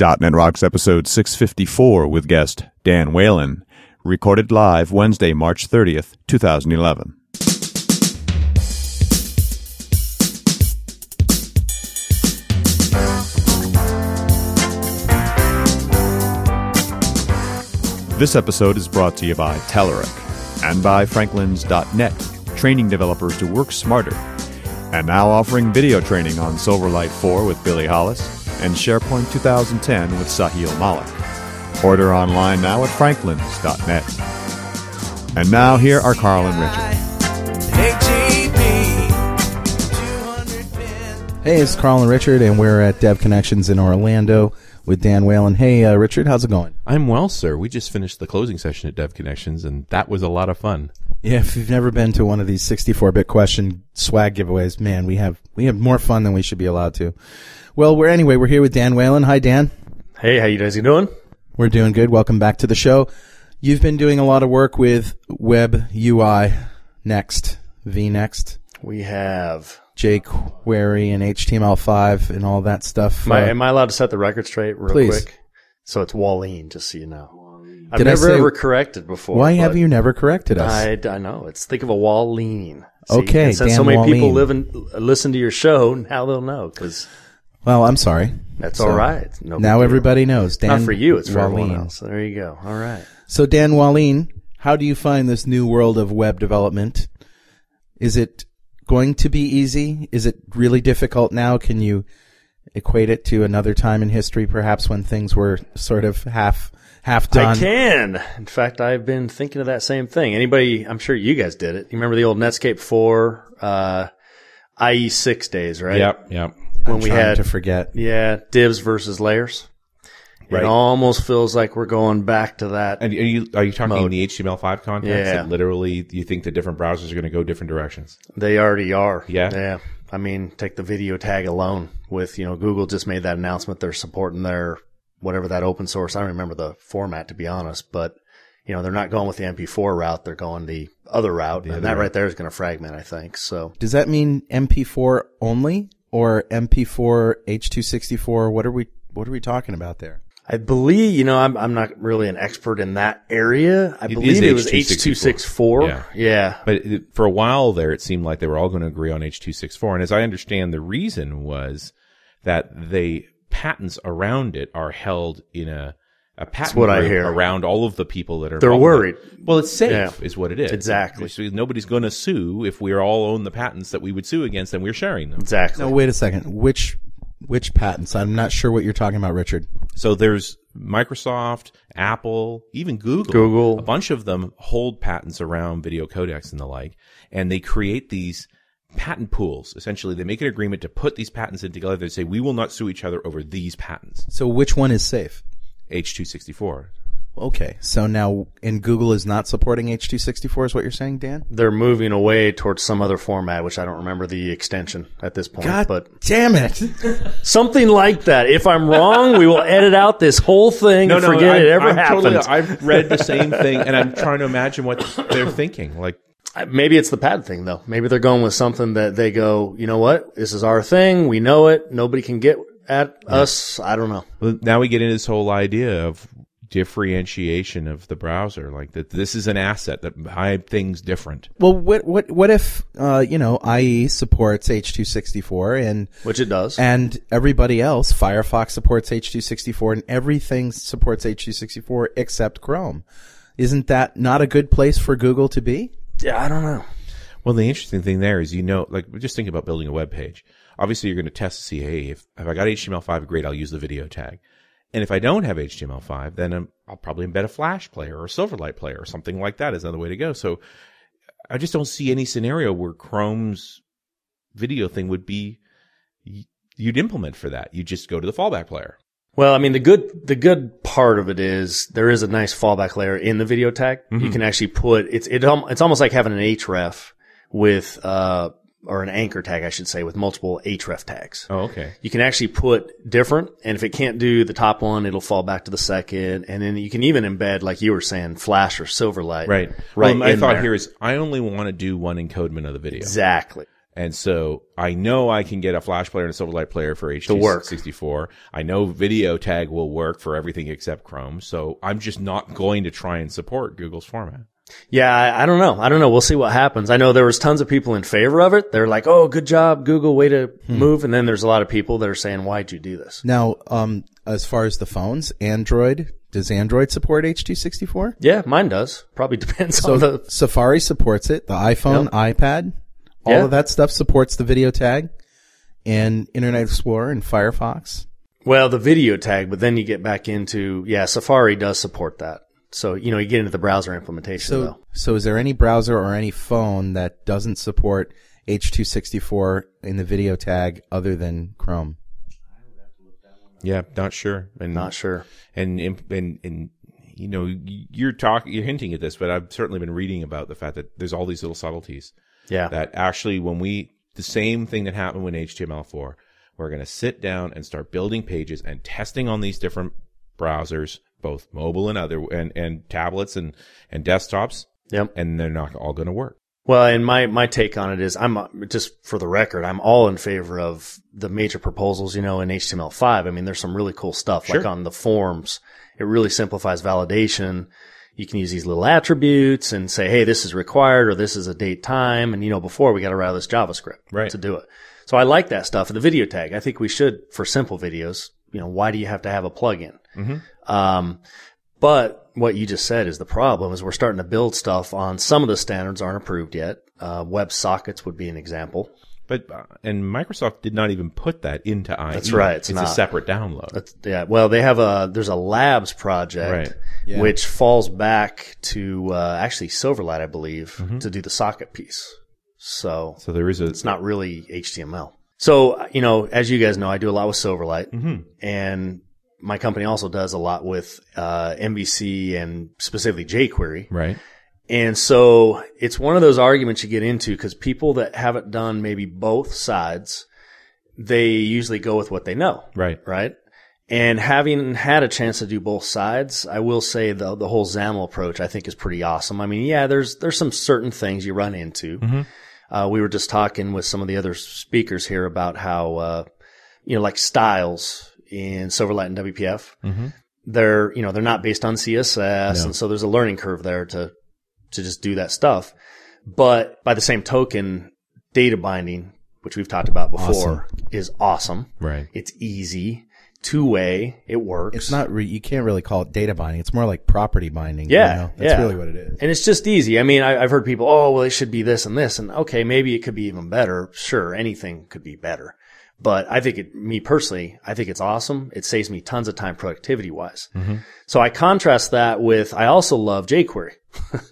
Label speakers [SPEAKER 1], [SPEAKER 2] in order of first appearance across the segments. [SPEAKER 1] .NET Rocks episode 654 with guest Dan Whalen, recorded live Wednesday, March 30th, 2011. This episode is brought to you by Telerik and by Franklins.net, training developers to work smarter. And now offering video training on Silverlight 4 with Billy Hollis and SharePoint 2010 with Sahil Malik. Order online now at Franklins.net. And now here are Carl and Richard.
[SPEAKER 2] E
[SPEAKER 3] Hey, it's Carl and Richard, and we're at Dev Connections in Orlando with Dan Whalen. Hey, uh, Richard, how's it going?
[SPEAKER 4] I'm well, sir. We just finished the closing session at Dev Connections, and that was a lot of fun.
[SPEAKER 3] Yeah, if you've never been to one of these 64-bit question swag giveaways, man, we have we have more fun than we should be allowed to. Well, we're anyway, we're here with Dan Whalen. Hi, Dan.
[SPEAKER 5] Hey, how you guys doing?
[SPEAKER 3] We're doing good. Welcome back to the show. You've been doing a lot of work with Web UI, Next, VNext,
[SPEAKER 5] We have.
[SPEAKER 3] jQuery, and HTML5, and all that stuff.
[SPEAKER 5] My,
[SPEAKER 3] Uh,
[SPEAKER 5] am I allowed to set the record straight real
[SPEAKER 3] Please.
[SPEAKER 5] quick? So it's Wallene, just so you know. I've
[SPEAKER 3] Did I
[SPEAKER 5] never
[SPEAKER 3] say-
[SPEAKER 5] ever corrected before.
[SPEAKER 3] why have
[SPEAKER 5] but
[SPEAKER 3] you never corrected us?
[SPEAKER 5] I, I know. It's think of a wall lean.
[SPEAKER 3] Okay,
[SPEAKER 5] and since
[SPEAKER 3] Dan
[SPEAKER 5] so many people
[SPEAKER 3] Wallene.
[SPEAKER 5] live and listen to your show, now they'll know because
[SPEAKER 3] well, I'm sorry.
[SPEAKER 5] that's
[SPEAKER 3] So,
[SPEAKER 5] all right. No big
[SPEAKER 3] Now
[SPEAKER 5] deal.
[SPEAKER 3] everybody knows. Dan
[SPEAKER 5] Not for you. It's for everyone
[SPEAKER 3] Wallin.
[SPEAKER 5] else. There you go. All right.
[SPEAKER 3] So, Dan Wallin, how do you find this new world of web development? Is it going to be easy? Is it really difficult now? Can you equate it to another time in history, perhaps when things were sort of half half done?
[SPEAKER 5] I can. In fact, I've been thinking of that same thing. Anybody, I'm sure you guys did it. You remember the old Netscape 4, uh, IE6 days, right?
[SPEAKER 4] Yep, yep.
[SPEAKER 5] When we
[SPEAKER 3] Trying
[SPEAKER 5] had
[SPEAKER 3] to forget.
[SPEAKER 5] Yeah, divs versus layers.
[SPEAKER 4] Right.
[SPEAKER 5] It almost feels like we're going back to that.
[SPEAKER 4] And are you are you talking
[SPEAKER 5] Mode.
[SPEAKER 4] the HTML5 context?
[SPEAKER 5] Yeah.
[SPEAKER 4] That literally, you think the different browsers are going to go different directions?
[SPEAKER 5] They already are.
[SPEAKER 4] Yeah.
[SPEAKER 5] Yeah. I mean, take the video tag alone with, you know, Google just made that announcement. They're supporting their whatever that open source. I don't remember the format to be honest, but you know, they're not going with the MP4 route. They're going the other route. and that right there is going to fragment, I think. So
[SPEAKER 3] Does that mean MP4 only or MP4 H264? What are we What are we talking about there?
[SPEAKER 5] I believe, you know, I'm, I'm not really an expert in that area. I
[SPEAKER 4] It is
[SPEAKER 5] believe it was
[SPEAKER 4] H264.
[SPEAKER 5] H264.
[SPEAKER 4] Yeah.
[SPEAKER 5] yeah.
[SPEAKER 4] But it, for a while there, it seemed like they were all going to agree on H264. And as I understand, the reason was that they patents around it are held in a a patent
[SPEAKER 5] what I
[SPEAKER 4] group
[SPEAKER 5] hear.
[SPEAKER 4] around all of the people that are
[SPEAKER 5] They're
[SPEAKER 4] involved in
[SPEAKER 5] worried.
[SPEAKER 4] it. Well, it's safe,
[SPEAKER 5] Yeah.
[SPEAKER 4] is what it is.
[SPEAKER 5] Exactly.
[SPEAKER 4] So nobody's going to sue if we all own the patents that we would sue against, and we're sharing them.
[SPEAKER 5] Exactly.
[SPEAKER 3] No, wait a second. Which which patents? I'm not sure what you're talking about, Richard.
[SPEAKER 4] So there's Microsoft, Apple, even Google.
[SPEAKER 5] Google.
[SPEAKER 4] A bunch of them hold patents around video codecs and the like, and they create these patent pools. Essentially, they make an agreement to put these patents in together. They say, we will not sue each other over these patents.
[SPEAKER 3] So, which one is safe?
[SPEAKER 4] H264.
[SPEAKER 3] Okay, so now and Google is not supporting H264 is what you're saying, Dan?
[SPEAKER 5] they're moving away towards some other format, which I don't remember the extension at this point, but
[SPEAKER 3] damn it!
[SPEAKER 5] something like that. If I'm wrong, we will edit out this whole thing and forget it ever happened.
[SPEAKER 4] I've read the same thing, and I'm trying to imagine what they're thinking. Like,
[SPEAKER 5] Uh, Maybe it's the pad thing though. Maybe they're going with something that they go, you know what? This is our thing. We know it. Nobody can get at us. I don't know.
[SPEAKER 4] Well, now we get into this whole idea of differentiation of the browser, like that this is an asset that I things different.
[SPEAKER 3] Well, what what what if uh, you know IE supports H264 and
[SPEAKER 5] Which it does.
[SPEAKER 3] and everybody else Firefox supports H264 and everything supports H264 except Chrome? Isn't that not a good place for Google to be?
[SPEAKER 5] yeah, I don't know.
[SPEAKER 4] Well, the interesting thing there is, you know, like just think about building a web page. Obviously, you're going to test to see, hey, if, if I got HTML5, great, I'll use the video tag. And if I don't have HTML5, then i I'll probably embed a Flash player or a Silverlight player or something like that is another way to go. So I just don't see any scenario where Chrome's video thing would be you'd implement for that. You just go to the fallback player.
[SPEAKER 5] Well, I mean, the good, the good part of it is there is a nice fallback layer in the video tag. You
[SPEAKER 4] Mm-hmm.
[SPEAKER 5] can actually put, it's, it, al- it's almost like having an href with, uh, or an anchor tag, I should say, with multiple href tags.
[SPEAKER 4] Oh, okay.
[SPEAKER 5] You can actually put different, and if it can't do the top one, it'll fall back to the second, and then you can even embed, like you were saying, Flash or Silverlight.
[SPEAKER 4] Right.
[SPEAKER 5] Right.
[SPEAKER 4] Well, my
[SPEAKER 5] in
[SPEAKER 4] thought
[SPEAKER 5] there.
[SPEAKER 4] here is I only want to do one encodement of the video.
[SPEAKER 5] exactly.
[SPEAKER 4] And so I know I can get a flash player and a Silverlight player for
[SPEAKER 5] work.
[SPEAKER 4] HT64. I know video tag will work for everything except Chrome. So I'm just not going to try and support Google's format.
[SPEAKER 5] Yeah, I, I don't know. I don't know. We'll see what happens. I know there was tons of people in favor of it. They're like, "Oh, good job, Google, way to
[SPEAKER 3] Hmm.
[SPEAKER 5] move." And then there's a lot of people that are saying, "Why'd you do this?"
[SPEAKER 3] Now, um, as far as the phones, Android does Android support H264?
[SPEAKER 5] Yeah, mine does. Probably depends
[SPEAKER 3] So
[SPEAKER 5] on the.
[SPEAKER 3] Safari supports it. The iPhone, iPad, all
[SPEAKER 5] Yeah.
[SPEAKER 3] of that stuff supports the video tag, and Internet Explorer and Firefox.
[SPEAKER 5] Well, the video tag, but then you get back into yeah, Safari does support that. So you know you get into the browser implementation
[SPEAKER 3] So,
[SPEAKER 5] though.
[SPEAKER 3] so is there any browser or any phone that doesn't support H264 in the video tag other than Chrome?
[SPEAKER 4] Yeah, not sure. And
[SPEAKER 5] Not sure.
[SPEAKER 4] and imp- and and you know you're talking you're hinting at this but i've certainly been reading about the fact that there's all these little subtleties
[SPEAKER 5] Yeah.
[SPEAKER 4] that actually when we the same thing that happened with html4 we're going to sit down and start building pages and testing on these different browsers both mobile and other and and tablets and and desktops
[SPEAKER 5] Yep.
[SPEAKER 4] and they're not all going to work
[SPEAKER 5] Well, and my, my take on it is I'm uh, just for the record, I'm all in favor of the major proposals, you know, in HTML5. I mean, there's some really cool stuff like
[SPEAKER 4] Sure.
[SPEAKER 5] on the forms. It really simplifies validation. You can use these little attributes and say, Hey, this is required or this is a date time. And you know, before we got to write this JavaScript
[SPEAKER 4] Right.
[SPEAKER 5] to do it. So I like that stuff. And the video tag, I think we should for simple videos, you know, why do you have to have a plugin?
[SPEAKER 4] Mm-hmm.
[SPEAKER 5] Um, but what you just said is the problem is we're starting to build stuff on some of the standards aren't approved yet. Uh, WebSockets would be an example.
[SPEAKER 4] but uh, and microsoft did not even put that into i E.
[SPEAKER 5] That's right,
[SPEAKER 4] it's,
[SPEAKER 5] it's
[SPEAKER 4] a
[SPEAKER 5] not.
[SPEAKER 4] separate download
[SPEAKER 5] That's, yeah. Well, they have a, there's a labs project,
[SPEAKER 4] Right.
[SPEAKER 5] which falls back to, uh, actually Silverlight, I believe, to do the socket piece. So
[SPEAKER 4] so there is a
[SPEAKER 5] it's not really HTML. So, you know, as you guys know, I do a lot with Silverlight and my company also does a lot with, uh, MVC and specifically jQuery.
[SPEAKER 4] right
[SPEAKER 5] And so it's one of those arguments you get into because people that haven't done maybe both sides, they usually go with what they know,
[SPEAKER 4] right
[SPEAKER 5] right? And having had a chance to do both sides, I will say the the whole XAML approach I think is pretty awesome. I mean, yeah, there's there's some certain things you run into. Uh, we were just talking with some of the other speakers here about how uh, you know like styles in Silverlight and WPF, they're you know they're not based on CSS, and so there's a learning curve there to to just do that stuff. But by the same token, data binding, which we've talked about before, is awesome.
[SPEAKER 4] right
[SPEAKER 5] It's easy, two way. It works.
[SPEAKER 3] It's not. Re- you can't really call it data binding. It's more like property binding. you
[SPEAKER 5] Yeah,
[SPEAKER 3] know? that's
[SPEAKER 5] yeah.
[SPEAKER 3] really what it is.
[SPEAKER 5] and it's just easy. I mean, I, I've heard people, oh, well, it should be this and this, and okay, maybe it could be even better. Sure, anything could be better, but I think it, me personally, I think it's awesome. It saves me tons of time productivity wise.
[SPEAKER 3] Mm-hmm.
[SPEAKER 5] So I contrast that with I also love jQuery.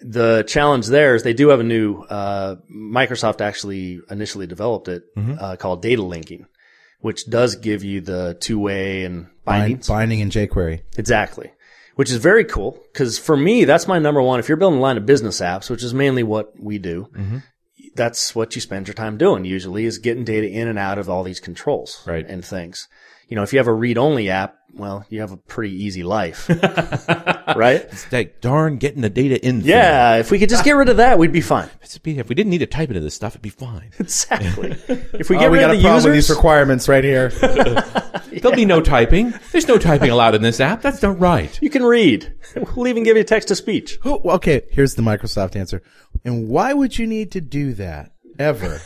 [SPEAKER 5] the challenge there is they do have a new uh, Microsoft actually initially developed it
[SPEAKER 3] Mm-hmm.
[SPEAKER 5] uh, called data linking, which does give you the two way and binding.
[SPEAKER 3] Bind, binding in jQuery.
[SPEAKER 5] Exactly. Which is very cool because for me, that's my number one. If you're building a line of business apps, which is mainly what we do,
[SPEAKER 3] Mm-hmm.
[SPEAKER 5] that's what you spend your time doing usually is getting data in and out of all these controls
[SPEAKER 4] Right.
[SPEAKER 5] and things. You know, if you have a read only app, well, you have a pretty easy life, right?
[SPEAKER 4] it's like darn getting the data in
[SPEAKER 5] Yeah. If we could just get rid of that, we'd be fine.
[SPEAKER 4] It's a PDF. If we didn't need to type into this stuff, it'd be fine.
[SPEAKER 5] Exactly. If we
[SPEAKER 3] Oh,
[SPEAKER 5] get
[SPEAKER 3] we
[SPEAKER 5] rid
[SPEAKER 3] got a
[SPEAKER 5] of the
[SPEAKER 3] problem with
[SPEAKER 5] users,
[SPEAKER 3] these requirements right here.
[SPEAKER 4] There'll be no typing. There's no typing allowed in this app. That's not right.
[SPEAKER 5] you can read. We'll even give you text to speech.
[SPEAKER 3] Who, well, okay, here's the Microsoft answer. And why would you need to do that ever?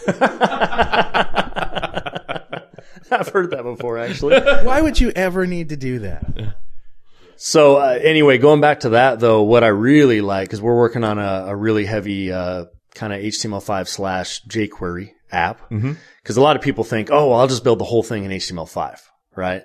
[SPEAKER 5] I've heard that before, actually.
[SPEAKER 3] why would you ever need to do that?
[SPEAKER 5] So uh, anyway, going back to that though, what I really like because we're working on a, a really heavy uh, kind of HTML5 slash jQuery app because
[SPEAKER 4] Mm-hmm.
[SPEAKER 5] a lot of people think, oh, well, I'll just build the whole thing in HTML5, right?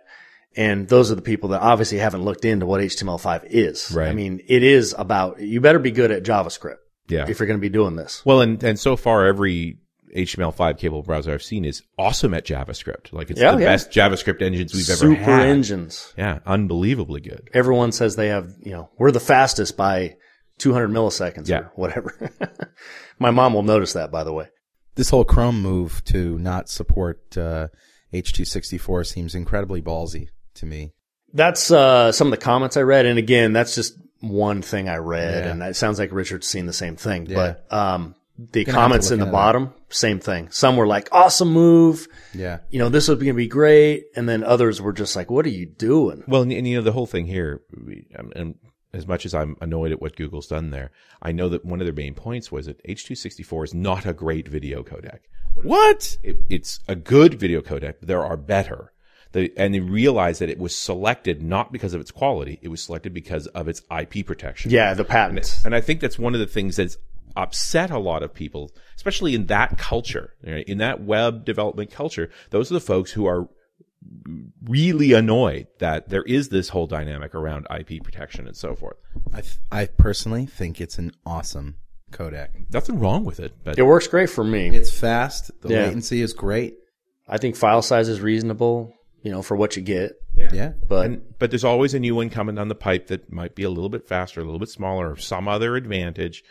[SPEAKER 5] And those are the people that obviously haven't looked into what HTML5 is.
[SPEAKER 4] Right.
[SPEAKER 5] I mean, it is about you better be good at JavaScript
[SPEAKER 4] Yeah.
[SPEAKER 5] if you're going to be doing this.
[SPEAKER 4] Well, and and so far every HTML5 capable browser I've seen is awesome at JavaScript. Like it's
[SPEAKER 5] Yeah,
[SPEAKER 4] the
[SPEAKER 5] yeah.
[SPEAKER 4] best JavaScript engines we've ever
[SPEAKER 5] Super
[SPEAKER 4] had.
[SPEAKER 5] engines.
[SPEAKER 4] Yeah, unbelievably good.
[SPEAKER 5] Everyone says they have, you know, we're the fastest by 200 milliseconds
[SPEAKER 4] Yeah.
[SPEAKER 5] or whatever. My mom will notice that, by the way.
[SPEAKER 3] This whole Chrome move to not support uh, H264 seems incredibly ballsy to me.
[SPEAKER 5] That's uh, some of the comments I read, and again, that's just one thing I read,
[SPEAKER 3] Yeah.
[SPEAKER 5] and it sounds like Richard's seen the same thing.
[SPEAKER 3] Yeah.
[SPEAKER 5] But um, the
[SPEAKER 3] Gonna have to
[SPEAKER 5] comments
[SPEAKER 3] look
[SPEAKER 5] in the
[SPEAKER 3] into that.
[SPEAKER 5] bottom, same thing. Some were like, awesome move.
[SPEAKER 3] Yeah.
[SPEAKER 5] You know, this was going to be great. And then others were just like, what are you doing?
[SPEAKER 4] Well, and, and you know the whole thing here, we- um, and as much as I'm annoyed at what Google's done there, I know that one of their main points was that H.264 is not a great video codec.
[SPEAKER 3] What?
[SPEAKER 4] It, it's a good video codec. But there are better. They, and they realized that it was selected not because of its quality; it was selected because of its IP protection.
[SPEAKER 5] Yeah, the patents.
[SPEAKER 4] And I think that's one of the things that's upset a lot of people, especially in that culture, right? in that web development culture. Those are the folks who are really annoyed that there is this whole dynamic around IP protection and so forth.
[SPEAKER 3] I, th- I personally think it's an awesome codec.
[SPEAKER 4] Nothing wrong with it, but
[SPEAKER 5] It works great for me.
[SPEAKER 3] It's fast. The
[SPEAKER 5] Yeah.
[SPEAKER 3] latency is great.
[SPEAKER 5] I think file size is reasonable, you know, for what you get.
[SPEAKER 3] Yeah.
[SPEAKER 5] But
[SPEAKER 4] and, but there's always a new one coming down the pipe that might be a little bit faster, a little bit smaller, or some other advantage,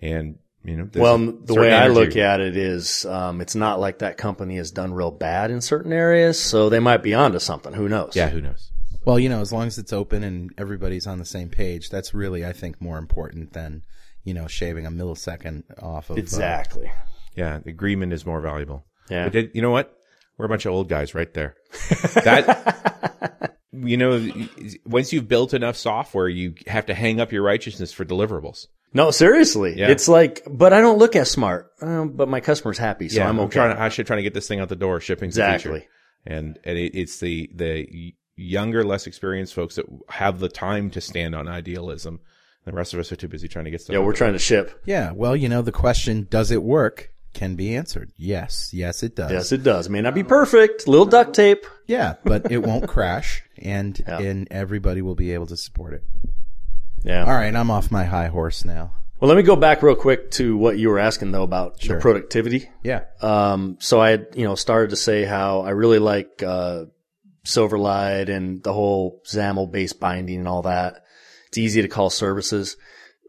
[SPEAKER 4] and you know, there's
[SPEAKER 5] well,
[SPEAKER 4] a
[SPEAKER 5] the
[SPEAKER 4] certain
[SPEAKER 5] way I
[SPEAKER 4] energy.
[SPEAKER 5] look at it is, um, it's not like that company has done real bad in certain areas, so they might be onto something. Who knows?
[SPEAKER 4] yeah, who knows?
[SPEAKER 3] Well, you know, as long as it's open and everybody's on the same page, that's really, I think, more important than, you know, shaving a millisecond off of. uh,
[SPEAKER 5] exactly.
[SPEAKER 4] Yeah, the agreement is more valuable.
[SPEAKER 5] Yeah.
[SPEAKER 4] But did- you know what? We're a bunch of old guys right there. That you know, once you've built enough software, you have to hang up your righteousness for deliverables.
[SPEAKER 5] No, seriously,
[SPEAKER 4] Yeah.
[SPEAKER 5] it's like, but I don't look as smart. Um, but my customer's happy, so I'm okay.
[SPEAKER 4] trying to, I should try to get this thing out the door. Shipping's the feature.
[SPEAKER 5] Exactly.
[SPEAKER 4] and and it, it's the the younger, less experienced folks that have the time to stand on idealism. The rest of us are too busy trying to get stuff.
[SPEAKER 5] yeah,
[SPEAKER 4] out
[SPEAKER 5] we're
[SPEAKER 4] the
[SPEAKER 5] trying to ship.
[SPEAKER 3] Yeah. Well, you know, the question, does it work? Can be answered. Yes. Yes, it does.
[SPEAKER 5] Yes, it does. May not be perfect. Little duct tape.
[SPEAKER 3] Yeah. But it won't crash and,
[SPEAKER 5] Yeah.
[SPEAKER 3] and everybody will be able to support it.
[SPEAKER 5] Yeah.
[SPEAKER 3] All right. I'm off my high horse now.
[SPEAKER 5] Well, let me go back real quick to what you were asking though about the productivity.
[SPEAKER 3] Yeah.
[SPEAKER 5] Um, so I had, you know, started to say how I really like, uh, Silverlight and the whole XAML based binding and all that. It's easy to call services.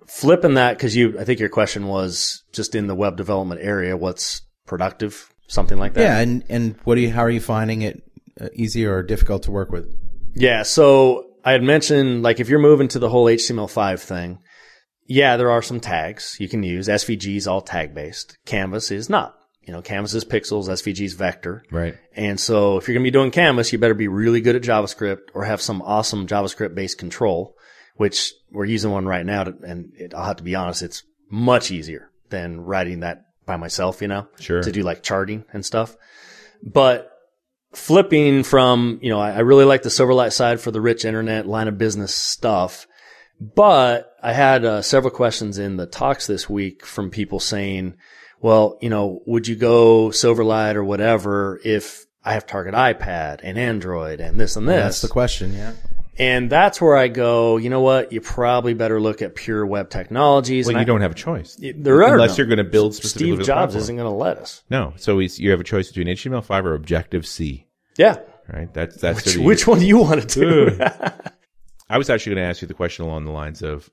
[SPEAKER 5] Flipping that, cause you, I think your question was just in the web development area, what's productive? Something like that.
[SPEAKER 3] Yeah. And, and what do you, how are you finding it uh, easy or difficult to work with?
[SPEAKER 5] Yeah. So I had mentioned, like, if you're moving to the whole HTML5 thing, yeah, there are some tags you can use. SVG is all tag based. Canvas is not. You know, Canvas is pixels, SVG is vector.
[SPEAKER 4] door. right?
[SPEAKER 5] And so if you're going to be doing Canvas, you better be really good at JavaScript or have some awesome JavaScript based control, which we're using one right now. To, and it, I'll have to be honest, it's much easier than writing that by myself, you know,
[SPEAKER 4] Sure.
[SPEAKER 5] to do like charting and stuff. But flipping from, you know, I, I really like the Silverlight side for the rich internet line of business stuff. But I had uh, several questions in the talks this week from people saying, well, you know, would you go Silverlight or whatever if I have Target iPad and Android and this and this?
[SPEAKER 3] That's the question. Yeah.
[SPEAKER 5] and that's where I go, you know what? You probably better look at pure web technologies.
[SPEAKER 4] Well,
[SPEAKER 5] And
[SPEAKER 4] you
[SPEAKER 5] I-
[SPEAKER 4] don't have a choice
[SPEAKER 5] there are
[SPEAKER 4] unless
[SPEAKER 5] no-
[SPEAKER 4] you're going to build specifically
[SPEAKER 5] Steve
[SPEAKER 4] for the
[SPEAKER 5] Jobs
[SPEAKER 4] platform.
[SPEAKER 5] isn't going to let us.
[SPEAKER 4] No, so it's, you have a choice between HTML5 or Objective C,
[SPEAKER 5] Yeah.
[SPEAKER 4] right? That's that's
[SPEAKER 5] Which,
[SPEAKER 4] sort of-
[SPEAKER 5] which one do you want to do?
[SPEAKER 4] I was actually going to ask you the question along the lines of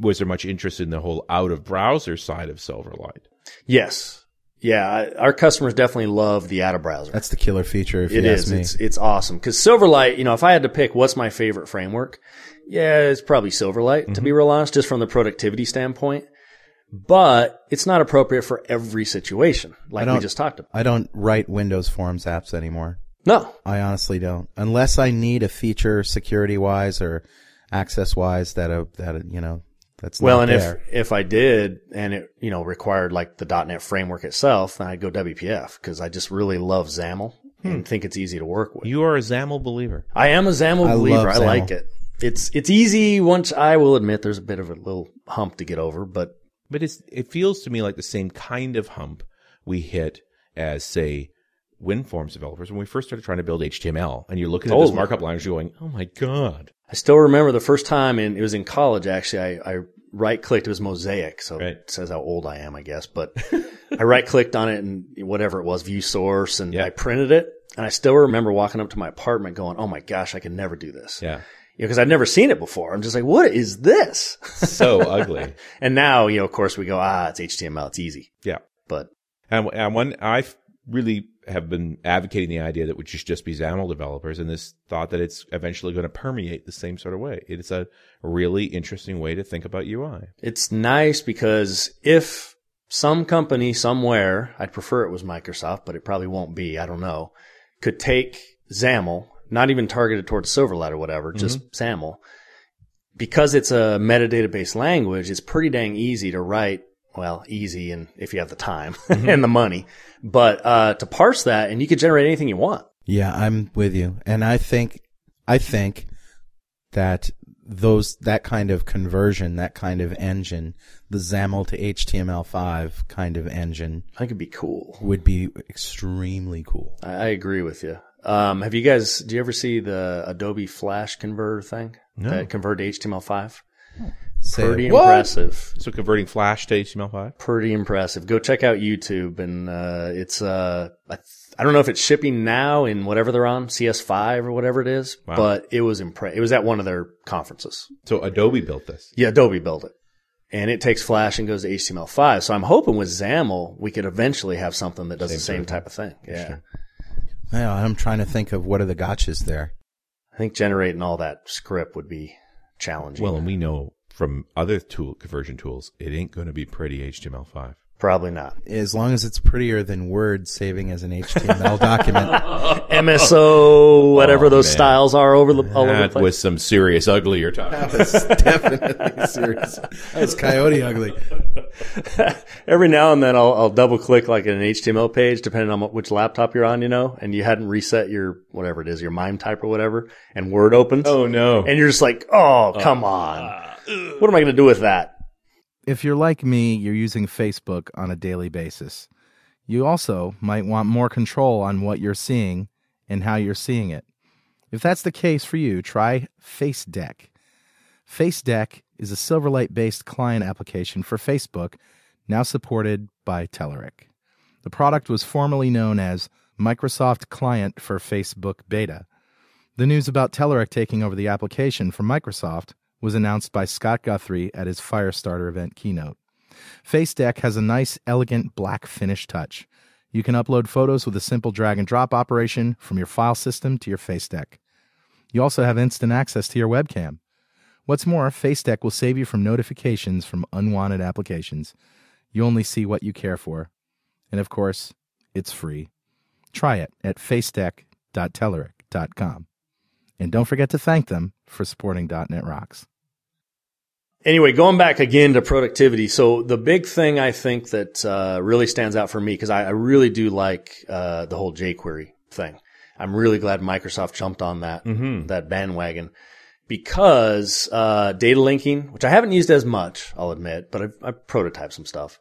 [SPEAKER 4] was there much interest in the whole out of browser side of Silverlight?
[SPEAKER 5] yes. Yeah. I, our customers definitely love the out of browser.
[SPEAKER 3] That's the killer feature. If
[SPEAKER 5] It
[SPEAKER 3] you
[SPEAKER 5] is.
[SPEAKER 3] ask me.
[SPEAKER 5] It's it's awesome because Silverlight. You know, if I had to pick, what's my favorite framework? Yeah, it's probably Silverlight to
[SPEAKER 3] Mm-hmm.
[SPEAKER 5] be real honest, just from the productivity standpoint. But it's not appropriate for every situation, like we
[SPEAKER 3] don't-
[SPEAKER 5] just talked about.
[SPEAKER 3] I don't write Windows Forms apps anymore.
[SPEAKER 5] No,
[SPEAKER 3] I honestly don't, unless I need a feature security wise or access wise that a that a, you know that's
[SPEAKER 5] well,
[SPEAKER 3] not
[SPEAKER 5] and
[SPEAKER 3] there.
[SPEAKER 5] if if I did, and it you know required like the .NET framework itself, then I'd go WPF because I just really love XAML
[SPEAKER 3] Hmm.
[SPEAKER 5] and think it's easy to work with.
[SPEAKER 4] You are a XAML believer.
[SPEAKER 5] I am a XAML
[SPEAKER 3] I
[SPEAKER 5] believer.
[SPEAKER 3] love
[SPEAKER 5] I like
[SPEAKER 3] XAML.
[SPEAKER 5] it. It's it's easy once I will admit there's a bit of a little hump to get over, but
[SPEAKER 4] But it's it feels to me like the same kind of hump we hit as say WinForms developers when we first started trying to build HTML and you're looking at
[SPEAKER 5] Oh.
[SPEAKER 4] this markup language going, "Oh my god."
[SPEAKER 5] I still remember the first time, and it was in college actually. I, I right clicked, it was Mosaic, so
[SPEAKER 4] Right.
[SPEAKER 5] it says how old I am, I guess. But I right clicked on it and whatever it was, view source, and
[SPEAKER 4] Yeah.
[SPEAKER 5] I printed it. And I still remember walking up to my apartment going, Oh my gosh, I could never do this.
[SPEAKER 4] Yeah.
[SPEAKER 5] Because I'd never seen it before. I'm just like, What is this?
[SPEAKER 4] So ugly.
[SPEAKER 5] and now, you know, of course, we go, Ah, it's HTML, it's easy.
[SPEAKER 4] Yeah.
[SPEAKER 5] But
[SPEAKER 4] And, and one I f- really have been advocating the idea that we should just be XAML developers, and this thought that it's eventually going to permeate the same sort of way. It's a really interesting way to think about UI.
[SPEAKER 5] it's nice because if some company somewhere, I'd prefer it was Microsoft, but it probably won't be, I don't know, could take XAML, not even targeted towards Silverlight or whatever, just XAML. Because it's a metadata based language, it's pretty dang easy to write. Well, easy, and if you have the time and the money, but uh, to parse that, and you could generate anything you want.
[SPEAKER 3] Yeah, I'm with you. And I think I think that those that kind of conversion, that kind of engine, the XAML to HTML5 kind of engine
[SPEAKER 5] I think it'd be cool.
[SPEAKER 3] would be extremely cool.
[SPEAKER 5] I, I agree with you. Um, have you guys? Do you ever see the Adobe Flash Converter thing?
[SPEAKER 4] No.
[SPEAKER 5] That convert to HTML5.
[SPEAKER 3] Say,
[SPEAKER 5] Pretty
[SPEAKER 3] "What?"
[SPEAKER 5] impressive.
[SPEAKER 4] So converting Flash to HTML5.
[SPEAKER 5] Pretty impressive. Go check out YouTube, and uh, it's uh, I, th- I don't know if it's shipping now in whatever they're on CS5 or whatever it is,
[SPEAKER 4] Wow.
[SPEAKER 5] but it was impre- It was at one of their conferences.
[SPEAKER 4] So Adobe built this.
[SPEAKER 5] Yeah, Adobe built it. And it takes Flash and goes to HTML5. So I'm hoping with XAML we could eventually have something that does the same type of thing. Yeah.
[SPEAKER 3] Well, I'm trying to think of what are the gotchas there.
[SPEAKER 5] I think generating all that script would be challenging.
[SPEAKER 4] Well, and we know from other tool conversion tools, it ain't going to be pretty HTML5.
[SPEAKER 5] Probably not.
[SPEAKER 3] As long as it's prettier than Word saving as an HTML document.
[SPEAKER 5] MSO, whatever
[SPEAKER 4] Oh,
[SPEAKER 5] those
[SPEAKER 4] man.
[SPEAKER 5] style styles are over the all over the
[SPEAKER 4] That
[SPEAKER 5] place.
[SPEAKER 4] was some serious ugly you're talking about.
[SPEAKER 3] That's definitely serious. That's coyote ugly.
[SPEAKER 5] Every now and then, I'll, I'll double click like an HTML page, depending on what, which laptop you're on, you know, and you hadn't reset your whatever it is, your MIME type or whatever, and Word opens,
[SPEAKER 4] Oh no.
[SPEAKER 5] and you're just like, oh, come on, what am I going to do with that?
[SPEAKER 6] If you're like me, you're using Facebook on a daily basis. You also might want more control on what you're seeing and how you're seeing it. If that's the case for you, try FaceDeck. FaceDeck is a Silverlight based client application for Facebook, now supported by Telerik. The product was formerly known as Microsoft Client for Facebook Beta. The news about Telerik taking over the application from Microsoft was announced by Scott Guthrie at his Firestarter event keynote. FaceDeck has a nice, elegant black finish touch. You can upload photos with a simple drag and drop operation from your file system to your FaceDeck. You also have instant access to your webcam. What's more, FaceDeck will save you from notifications from unwanted applications. You only see what you care for. And of course, it's free. Try it at facedeck.telerik.com. And don't forget to thank them for supporting .NET Rocks.
[SPEAKER 5] Anyway, going back again to productivity. So the big thing I think that uh, really stands out for me because I, I really do like uh, the whole jQuery thing. I'm really glad Microsoft jumped on that that bandwagon because uh, data linking, which I haven't used as much, I'll admit, but I've, I've prototyped some stuff.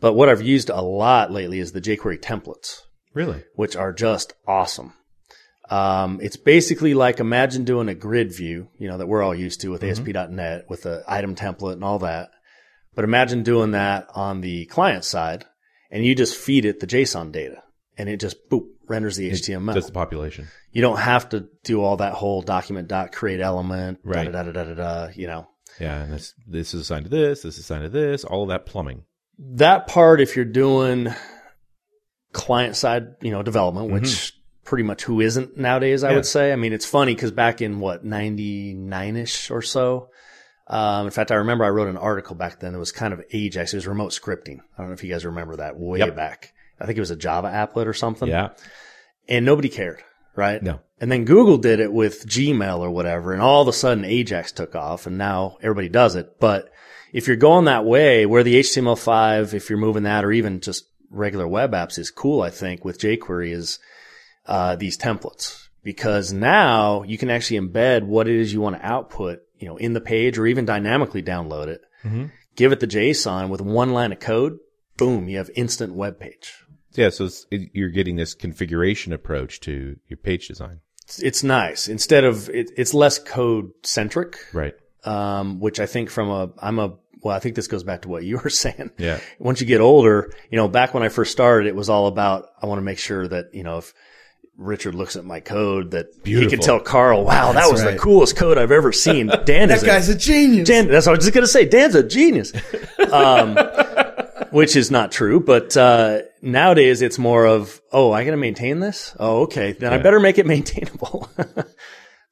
[SPEAKER 5] But what I've used a lot lately is the jQuery templates
[SPEAKER 4] really?
[SPEAKER 5] which are just awesome. Um, it's basically like imagine doing a grid view, you know, that we're all used to
[SPEAKER 4] Mm-hmm.
[SPEAKER 5] with ASP.NET with the item template and all that. But imagine doing that on the client side and you just feed it the JSON data and it just boop renders the HTML.
[SPEAKER 4] That's the population.
[SPEAKER 5] you don't have to do all that whole document dot create element,
[SPEAKER 4] Right.
[SPEAKER 5] da da da da da, you know.
[SPEAKER 4] Yeah, and that's this is assigned to this, this is assigned to this, all of that plumbing.
[SPEAKER 5] that part if you're doing client side you know development which pretty much who isn't nowadays i
[SPEAKER 4] Mm-hmm. Yeah.
[SPEAKER 5] would say i mean it's funny because back in what 99ish or so um, in fact i remember i wrote an article back then that was kind of ajax it was remote scripting i don't know if you guys remember that way
[SPEAKER 4] Yep.
[SPEAKER 5] back i think it was a java applet or something
[SPEAKER 4] Yeah.
[SPEAKER 5] and nobody cared right
[SPEAKER 4] No.
[SPEAKER 5] and then Google did it with Gmail or whatever, and all of a sudden Ajax took off, and now everybody does it. But if you're going that way, where the HTML5, if you're moving that, or even just regular web apps, is cool, I think, with jQuery is uh, these templates because now you can actually embed what it is you want to output, you know, in the page or even dynamically download it. Give it the JSON with one line of code. Boom, you have instant web page.
[SPEAKER 4] Yeah, so it's, it, you're getting this configuration approach to your page design.
[SPEAKER 5] It's, it's nice. Instead of it, it's less code centric.
[SPEAKER 4] Right.
[SPEAKER 5] um, which I think from a, I'm a, well, I think this goes back to what you were saying.
[SPEAKER 4] Yeah.
[SPEAKER 5] Once you get older, you know, back when I first started, it was all about, I want to make sure that, you know, if Richard looks at my code, that he
[SPEAKER 4] Beautiful.
[SPEAKER 5] can tell Carl, wow, that was
[SPEAKER 3] right.
[SPEAKER 5] the coolest code I've ever seen. Dan is
[SPEAKER 3] That guy's a genius.
[SPEAKER 5] Dan, that's what I was just going to say. Dan's a genius. Um, which is not true, but, uh, nowadays it's more of, oh, I got to maintain this? Oh, okay. Then I
[SPEAKER 4] Yeah.
[SPEAKER 5] better make it maintainable.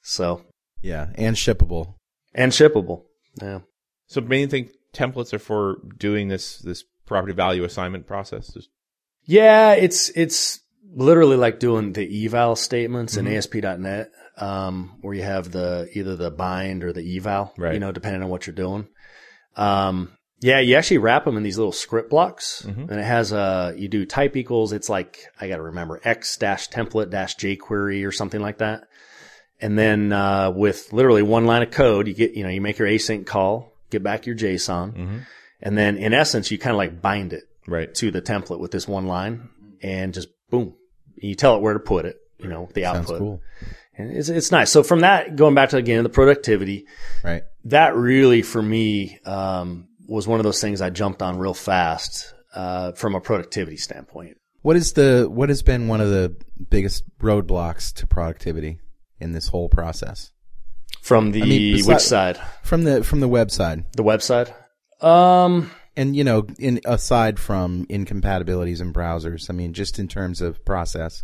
[SPEAKER 5] so,
[SPEAKER 3] yeah, and shippable.
[SPEAKER 5] and shippable. Yeah.
[SPEAKER 4] So main thing templates are for doing this this property value assignment process? Just-
[SPEAKER 5] Yeah, it's it's literally like doing the eval statements in ASP.NET, um, where you have the either the bind or the eval,
[SPEAKER 4] Right.
[SPEAKER 5] you know, depending on what you're doing. Um, yeah, you actually wrap them in these little script blocks, and it has a you do type equals. It's like I got to remember x dash template dash jQuery or something like that. And then uh, with literally one line of code, you get you know you make your async call, get back your JSON, and then in essence you kind of like bind it
[SPEAKER 4] right.
[SPEAKER 5] to the template with this one line and just boom, you tell it where to put it, you know, the
[SPEAKER 3] Sounds
[SPEAKER 5] output.
[SPEAKER 3] cool.
[SPEAKER 5] And it's, it's nice. So from that, going back to again, the productivity,
[SPEAKER 3] Right.
[SPEAKER 5] that really for me, um, was one of those things I jumped on real fast, uh, from a productivity standpoint.
[SPEAKER 3] What is the what has been one of the biggest roadblocks to productivity in this whole process?
[SPEAKER 5] From the,
[SPEAKER 3] I mean, besi-
[SPEAKER 5] which side?
[SPEAKER 3] From the from the webside.
[SPEAKER 5] The website? Um,
[SPEAKER 3] And you know, in aside from incompatibilities in browsers, I mean just in terms of process.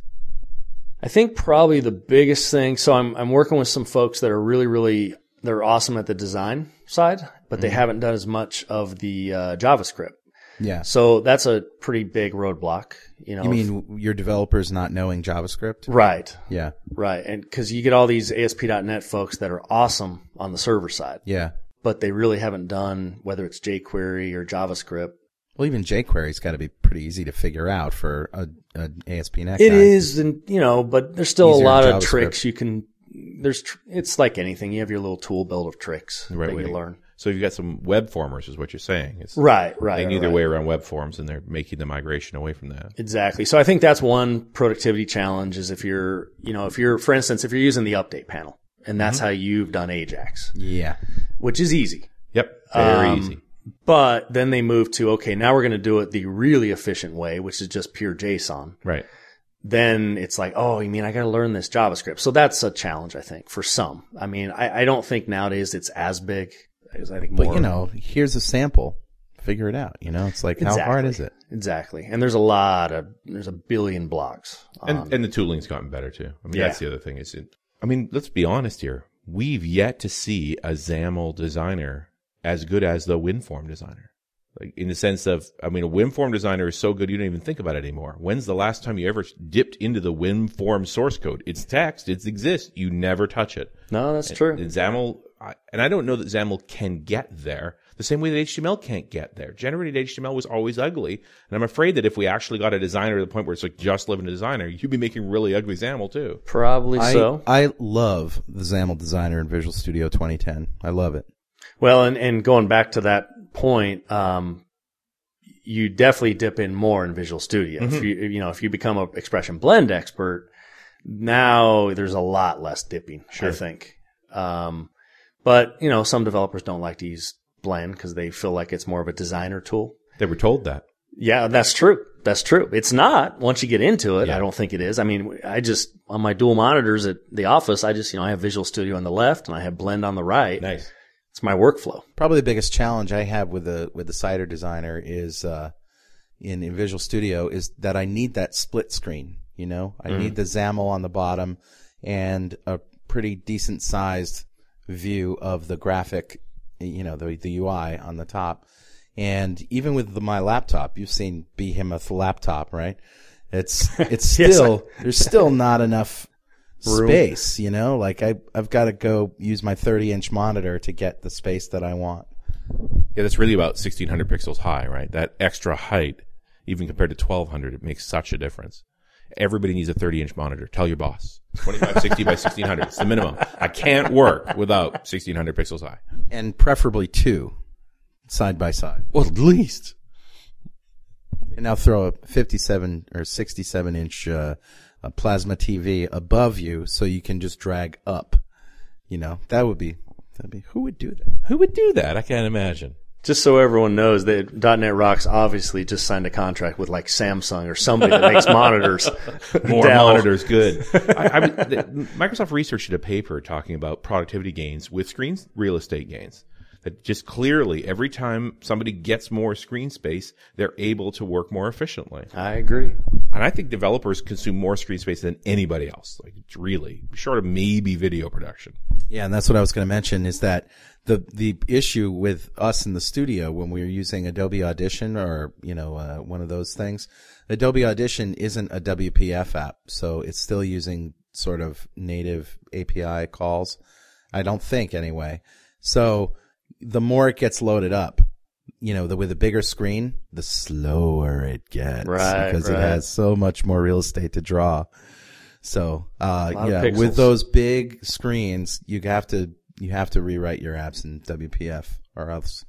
[SPEAKER 5] I think probably the biggest thing. So I'm I'm working with some folks that are really really they're awesome at the design side, but
[SPEAKER 3] Mm-hmm.
[SPEAKER 5] they haven't done as much of the uh, JavaScript.
[SPEAKER 3] Yeah.
[SPEAKER 5] So that's a pretty big roadblock. You know,
[SPEAKER 3] You mean your developers not knowing JavaScript?
[SPEAKER 5] right?
[SPEAKER 3] Yeah.
[SPEAKER 5] Right, and because you get all these ASP.NET folks that are awesome on the server side,
[SPEAKER 3] Yeah.
[SPEAKER 5] but they really haven't done whether it's jQuery or JavaScript.
[SPEAKER 3] Well, even jQuery's got to be pretty easy to figure out for a, an ASP.NET
[SPEAKER 5] It
[SPEAKER 3] guy.
[SPEAKER 5] is, and you know, but there's still
[SPEAKER 3] Easier
[SPEAKER 5] a lot
[SPEAKER 3] in
[SPEAKER 5] of
[SPEAKER 3] JavaScript.
[SPEAKER 5] tricks you can. There's tr- it's like anything. You have your little tool belt of tricks
[SPEAKER 4] The right
[SPEAKER 5] that
[SPEAKER 4] way
[SPEAKER 5] you
[SPEAKER 4] to-
[SPEAKER 5] learn.
[SPEAKER 4] So you've got some web formers, is what you're saying. It's,
[SPEAKER 5] Right, right.
[SPEAKER 4] They knew
[SPEAKER 5] right,
[SPEAKER 4] their
[SPEAKER 5] right.
[SPEAKER 4] way around web forms, and they're making the migration away from that.
[SPEAKER 5] Exactly. So I think that's one productivity challenge is if you're, you know, if you're, for instance, if you're using the update panel and that's
[SPEAKER 4] Mm-hmm.
[SPEAKER 5] how you've done Ajax,
[SPEAKER 3] Yeah.
[SPEAKER 5] which is easy.
[SPEAKER 4] Yep, very
[SPEAKER 5] Um,
[SPEAKER 4] easy.
[SPEAKER 5] But then they move to, okay, now we're going to do it the really efficient way, which is just pure JSON.
[SPEAKER 4] Right.
[SPEAKER 5] Then it's like, oh, you mean I got to learn this JavaScript. So that's a challenge, I think, for some. I mean, I, I don't think nowadays it's as big as I think more.
[SPEAKER 3] But you know, here's a sample. Figure it out. You know, it's like how hard is it?
[SPEAKER 5] Exactly. And there's a lot of, there's a billion blocks.
[SPEAKER 4] And
[SPEAKER 5] on-
[SPEAKER 4] and the tooling's gotten better too. I mean,
[SPEAKER 5] Yeah.
[SPEAKER 4] that's the other thing. Is it? I mean, let's be honest here. We've yet to see a XAML designer as good as the WinForm designer. Like in the sense of, I mean, a WinForm designer is so good you don't even think about it anymore. When's the last time you ever dipped into the WinForm source code? It's text. It exists. You never touch it.
[SPEAKER 5] no, that's true.
[SPEAKER 4] And XAML, I, and I don't know that XAML can get there the same way that HTML can't get there. Generated HTML was always ugly, and I'm afraid that if we actually got a designer to the point where it's like just living a designer, you'd be making really ugly XAML too.
[SPEAKER 5] Probably so.
[SPEAKER 3] I, I love the XAML designer in Visual Studio 2010. I love it.
[SPEAKER 5] Well, and, and going back to that point, um, you definitely dip in more in Visual Studio. If you, you know, if you become an expression blend expert, now there's a lot less dipping, I think. Um, but you know, some developers don't like to use blend because they feel like it's more of a designer tool.
[SPEAKER 4] They were told that.
[SPEAKER 5] Yeah, that's true. That's true. It's not once you get into it. I don't think it is. I mean, I just on my dual monitors at the office, I just, you know, I have Visual Studio on the left and I have blend on the right.
[SPEAKER 4] Nice.
[SPEAKER 5] It's my workflow.
[SPEAKER 3] Probably the biggest challenge I have with the with the cider designer is uh, in, in Visual Studio is that I need that split screen. You know, I
[SPEAKER 5] Mm-hmm.
[SPEAKER 3] need the XAML on the bottom and a pretty decent sized view of the graphic. You know, the the UI on the top. And even with the, my laptop, you've seen behemoth laptop, right? It's it's
[SPEAKER 5] Yes, I-
[SPEAKER 3] still there's still not enough space, you know? Like I I've got to go use my 30-inch monitor to get the space that I want.
[SPEAKER 4] Yeah, that's really about 1600 pixels high, right? That extra height, even compared to 1200, it makes such a difference. Everybody needs a 30 inch monitor. Tell your boss. 2560 by 1600. It's the minimum. I can't work without 1600 pixels high.
[SPEAKER 3] And preferably two side by side.
[SPEAKER 4] Well, at least.
[SPEAKER 3] And now throw a 57 or 67-inch uh, a plasma TV above you so you can just drag up. You know, that would be that'd be who would do that?
[SPEAKER 4] Who would do that? I can't imagine.
[SPEAKER 5] Just so everyone knows that .NET Rocks obviously just signed a contract with like Samsung or somebody that makes monitors.
[SPEAKER 4] More
[SPEAKER 5] Dell.
[SPEAKER 4] monitors, good. I, I would, th Microsoft research did a paper talking about productivity gains with screen real estate gains. That just clearly, every time somebody gets more screen space, they're able to work more efficiently.
[SPEAKER 5] I agree.
[SPEAKER 4] And I think developers consume more screen space than anybody else. Like it's really short of maybe video production.
[SPEAKER 3] Yeah, and that's what I was going to mention is that the the issue with us in the studio when we were using Adobe Audition or you know uh, one of those things, Adobe Audition isn't a WPF app, so it's still using sort of native API calls. I don't think anyway. So the more it gets loaded up, you know, the with a bigger screen, the slower it gets
[SPEAKER 5] Right,
[SPEAKER 3] because it
[SPEAKER 5] right.
[SPEAKER 3] has so much more real estate to draw. So, uh,
[SPEAKER 5] lot of
[SPEAKER 3] yeah, with
[SPEAKER 5] pixels.
[SPEAKER 3] those big screens, you have to you have to rewrite your apps in WPF, or else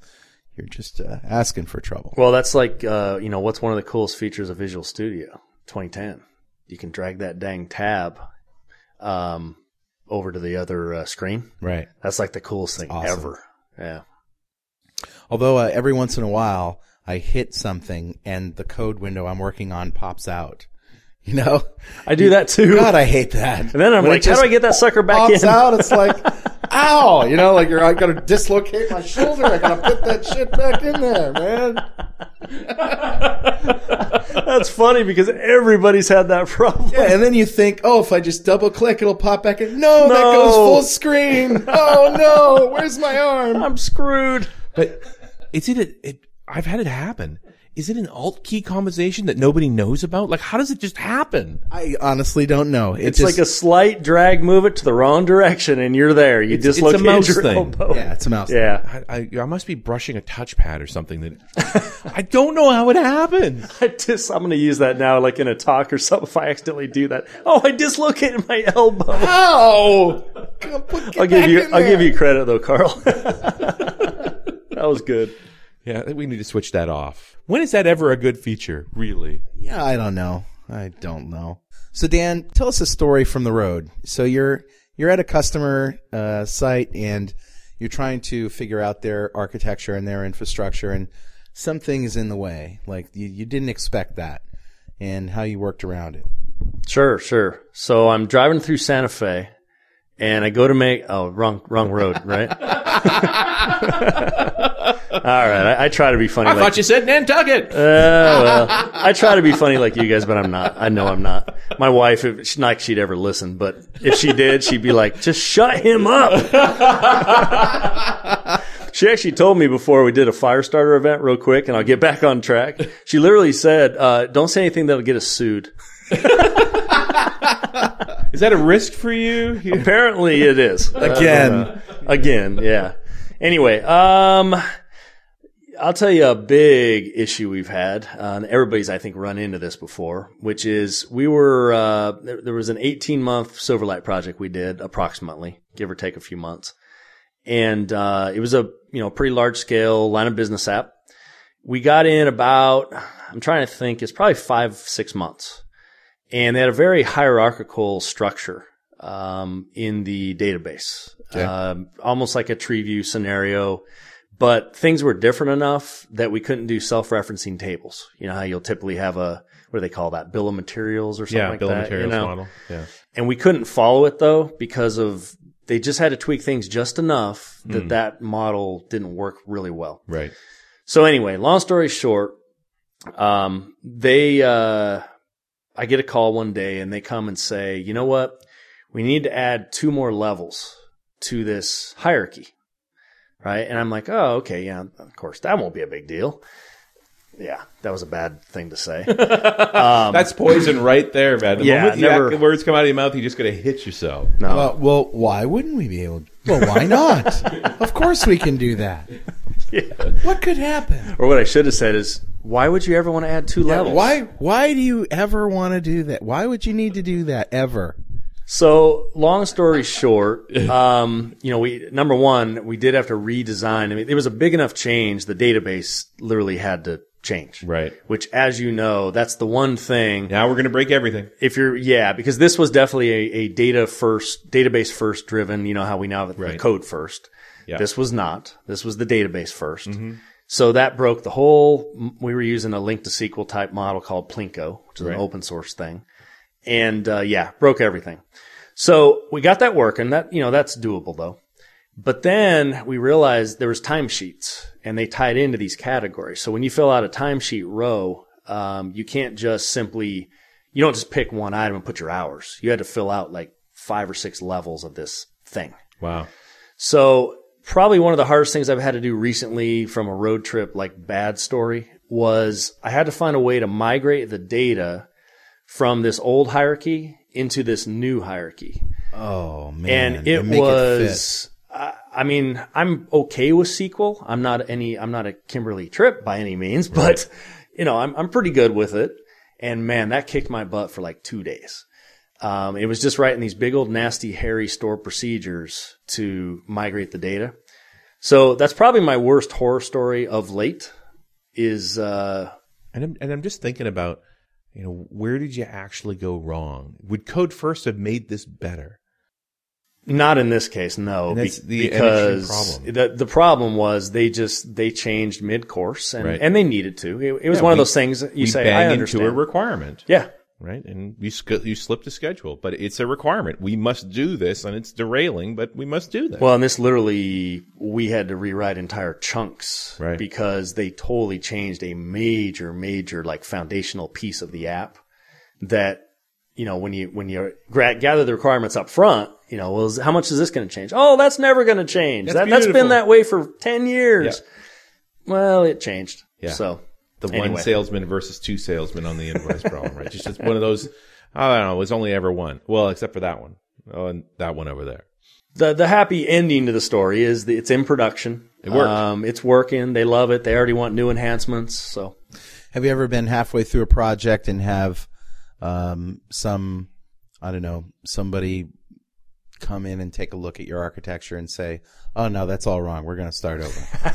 [SPEAKER 3] you're just uh, asking for trouble.
[SPEAKER 5] Well, that's like uh, you know what's one of the coolest features of Visual Studio 2010. You can drag that dang tab um, over to the other uh, screen.
[SPEAKER 3] Right.
[SPEAKER 5] That's like the coolest thing
[SPEAKER 3] Awesome.
[SPEAKER 5] ever. Yeah.
[SPEAKER 3] Although uh, every once in a while, I hit something and the code window I'm working on pops out. You know,
[SPEAKER 5] I do that too.
[SPEAKER 3] God, I hate that.
[SPEAKER 5] and then I'm
[SPEAKER 3] When it
[SPEAKER 5] like, how
[SPEAKER 3] just
[SPEAKER 5] do I get that sucker back
[SPEAKER 3] pops
[SPEAKER 5] in?
[SPEAKER 3] out, it's like, ow, you know, like you're, I gotta dislocate my shoulder. I gotta put that shit back in there, man.
[SPEAKER 5] That's funny because everybody's had that problem.
[SPEAKER 3] Yeah, and then you think, oh, if I just double click, it'll pop back in. No, that
[SPEAKER 5] No.
[SPEAKER 3] goes full screen. Oh no, where's my arm?
[SPEAKER 5] I'm screwed.
[SPEAKER 4] But is it, a, it, I've had it happen. Is it an alt key combination that nobody knows about? Like, how does it just happen?
[SPEAKER 3] I honestly don't know. It
[SPEAKER 5] It's
[SPEAKER 3] just,
[SPEAKER 5] like a slight drag, move it to the wrong direction, and you're there. You
[SPEAKER 4] it's a
[SPEAKER 5] dislocate
[SPEAKER 4] mouse
[SPEAKER 5] your
[SPEAKER 4] thing.
[SPEAKER 5] elbow.
[SPEAKER 3] yeah, it's a mouse.
[SPEAKER 5] Oh, Yeah.
[SPEAKER 4] I, I, I must be brushing a touchpad or something that I don't know how it happens.
[SPEAKER 5] I dis- I'm going to use that now, like in a talk or something. If I accidentally do that, oh, I dislocated my elbow.
[SPEAKER 3] Ow!
[SPEAKER 5] I'll give you. I'll give you credit though, Carl. that was good.
[SPEAKER 4] Yeah, I think we need to switch that off. When is that ever a good feature, really?
[SPEAKER 3] Yeah, I don't know. I don't know. So Dan, tell us a story from the road. So you're you're at a customer uh, site and you're trying to figure out their architecture and their infrastructure and something is in the way. Like you, you didn't expect that and how you worked around it.
[SPEAKER 5] Sure, sure. So I'm driving through Santa Fe, and I go to make. Oh, wrong, wrong road, right? All right. I, I try to be funny. like,
[SPEAKER 4] you said Nantucket.
[SPEAKER 5] I try to be funny like you guys, but I'm not. I know I'm not. My wife, if, it's not like she'd ever listen, but if she did, she'd be like, just shut him up. she actually told me before we did a fire starter event real quick, and I'll get back on track. She literally said, uh, don't say anything that'll get us sued.
[SPEAKER 4] is that a risk for you? You-
[SPEAKER 5] Apparently it is.
[SPEAKER 3] Again.
[SPEAKER 5] Again, yeah. Anyway, um, I'll tell you a big issue we've had, uh, and everybody's I think run into this before, which is we were uh, there, there was an 18 month Silverlight project we did approximately, give or take a few months, and uh, it was a you know pretty large scale line of business app. We got in about I'm trying to think it's probably five six months, and they had a very hierarchical structure um, in the database, um, almost like a tree view scenario but things were different enough that we couldn't do self-referencing tables. You know how you'll typically have a what do they call that bill of materials or something
[SPEAKER 4] yeah,
[SPEAKER 5] like
[SPEAKER 4] bill of
[SPEAKER 5] that.
[SPEAKER 4] materials
[SPEAKER 5] you know?
[SPEAKER 4] model. Yeah.
[SPEAKER 5] And we couldn't follow it though because of they just had to tweak things just enough that that model didn't work really well.
[SPEAKER 4] Right.
[SPEAKER 5] So anyway, long story short, um, they, uh, I get a call one day and they come and say, you know what? We need to add two more levels to this hierarchy. Right. And I'm like, oh, okay. Yeah. Of course, that won't be a big deal. Yeah. That was a bad thing to say.
[SPEAKER 4] That's poison right there, man. The
[SPEAKER 5] Yeah,
[SPEAKER 4] moment
[SPEAKER 5] never-
[SPEAKER 4] the words come out of your mouth, you're just going to hit yourself.
[SPEAKER 5] no.
[SPEAKER 3] Well, Uh, well, why wouldn't we be able? Well, why not? of course we can do that. What could happen?
[SPEAKER 5] or what I should have said is, why would you ever want to add two levels?
[SPEAKER 3] Why? Why do you ever want to do that? Why would you need to do that ever?
[SPEAKER 5] So long story short, um, you know, we number one, we did have to redesign. I mean, it was a big enough change. The database literally had to change.
[SPEAKER 4] Right.
[SPEAKER 5] Which, as you know, that's the one thing.
[SPEAKER 4] Now we're going to break everything.
[SPEAKER 5] If you're, yeah, because this was definitely a, a data first, database first driven. You know how we now have the
[SPEAKER 4] Right.
[SPEAKER 5] code first.
[SPEAKER 4] Yeah. Mm-hmm.
[SPEAKER 5] This was not. This was the database 1st So that broke the whole. We were using a link to SQL type model called Plinko, which is an open source thing, and uh, yeah, broke everything. So we got that working. That you know that's doable though. But then we realized there was timesheets and they tied into these categories. So when you fill out a timesheet row, um, you can't just simply, you don't just pick one item and put your hours. You had to fill out like five or six levels of this thing.
[SPEAKER 4] Wow.
[SPEAKER 5] So probably one of the hardest things I've had to do recently from a road trip, like bad story, was I had to find a way to migrate the data from this old hierarchy into this new hierarchy.
[SPEAKER 3] Oh man,
[SPEAKER 5] And
[SPEAKER 3] to
[SPEAKER 5] it
[SPEAKER 3] make fit.
[SPEAKER 5] was, I I mean, I'm okay with SQL. I'm not any, I'm not a Kimberly Trip by any means, but you know, I'm, I'm pretty good with it. And man, that kicked my butt for like two days. Um, it was just writing these big old nasty hairy store procedures to migrate the data. So that's probably my worst horror story of late is, uh,
[SPEAKER 4] And I'm, and I'm just thinking about, you know, where did you actually go wrong? Would Code First have made this better?
[SPEAKER 5] Not in this case, no.
[SPEAKER 4] And that's the
[SPEAKER 5] be- because
[SPEAKER 4] problem.
[SPEAKER 5] The, the problem was they just they changed mid course and,
[SPEAKER 4] Right.
[SPEAKER 5] and they needed to. It, it was
[SPEAKER 4] Yeah,
[SPEAKER 5] one of
[SPEAKER 4] we-
[SPEAKER 5] those things that you
[SPEAKER 4] we
[SPEAKER 5] say I
[SPEAKER 4] bang
[SPEAKER 5] understand.
[SPEAKER 4] into a requirement,
[SPEAKER 5] yeah,
[SPEAKER 4] right? And you sc- you slip the schedule, but it's a requirement. We must do this, and it's derailing, but we must do this.
[SPEAKER 5] Well, and this literally, we had to rewrite entire chunks
[SPEAKER 4] Right.
[SPEAKER 5] because they totally changed a major, major like foundational piece of the app that, you know, when you, when you gra- gather the requirements up front, you know, well, is, how much is this going to change? Oh, that's never going to change.
[SPEAKER 4] That's
[SPEAKER 5] that, that's been
[SPEAKER 4] beautiful.
[SPEAKER 5] that way for 10 years. Well, it changed.
[SPEAKER 4] Yeah.
[SPEAKER 5] So
[SPEAKER 4] the
[SPEAKER 5] anyway.
[SPEAKER 4] one salesman versus two salesmen on the invoice problem, right? Just it's one of those. I don't know. It was only ever one. Well, except for that one. Oh, and that one over there.
[SPEAKER 5] the, the happy ending to the story is that it's in production. It
[SPEAKER 4] worked.
[SPEAKER 5] Um, it's working. They love it. They already want new enhancements. So
[SPEAKER 3] Have you ever been halfway through a project and have um, some, I don't know, somebody come in and take a look at your architecture and say, "Oh no, that's all wrong. We're going to start over."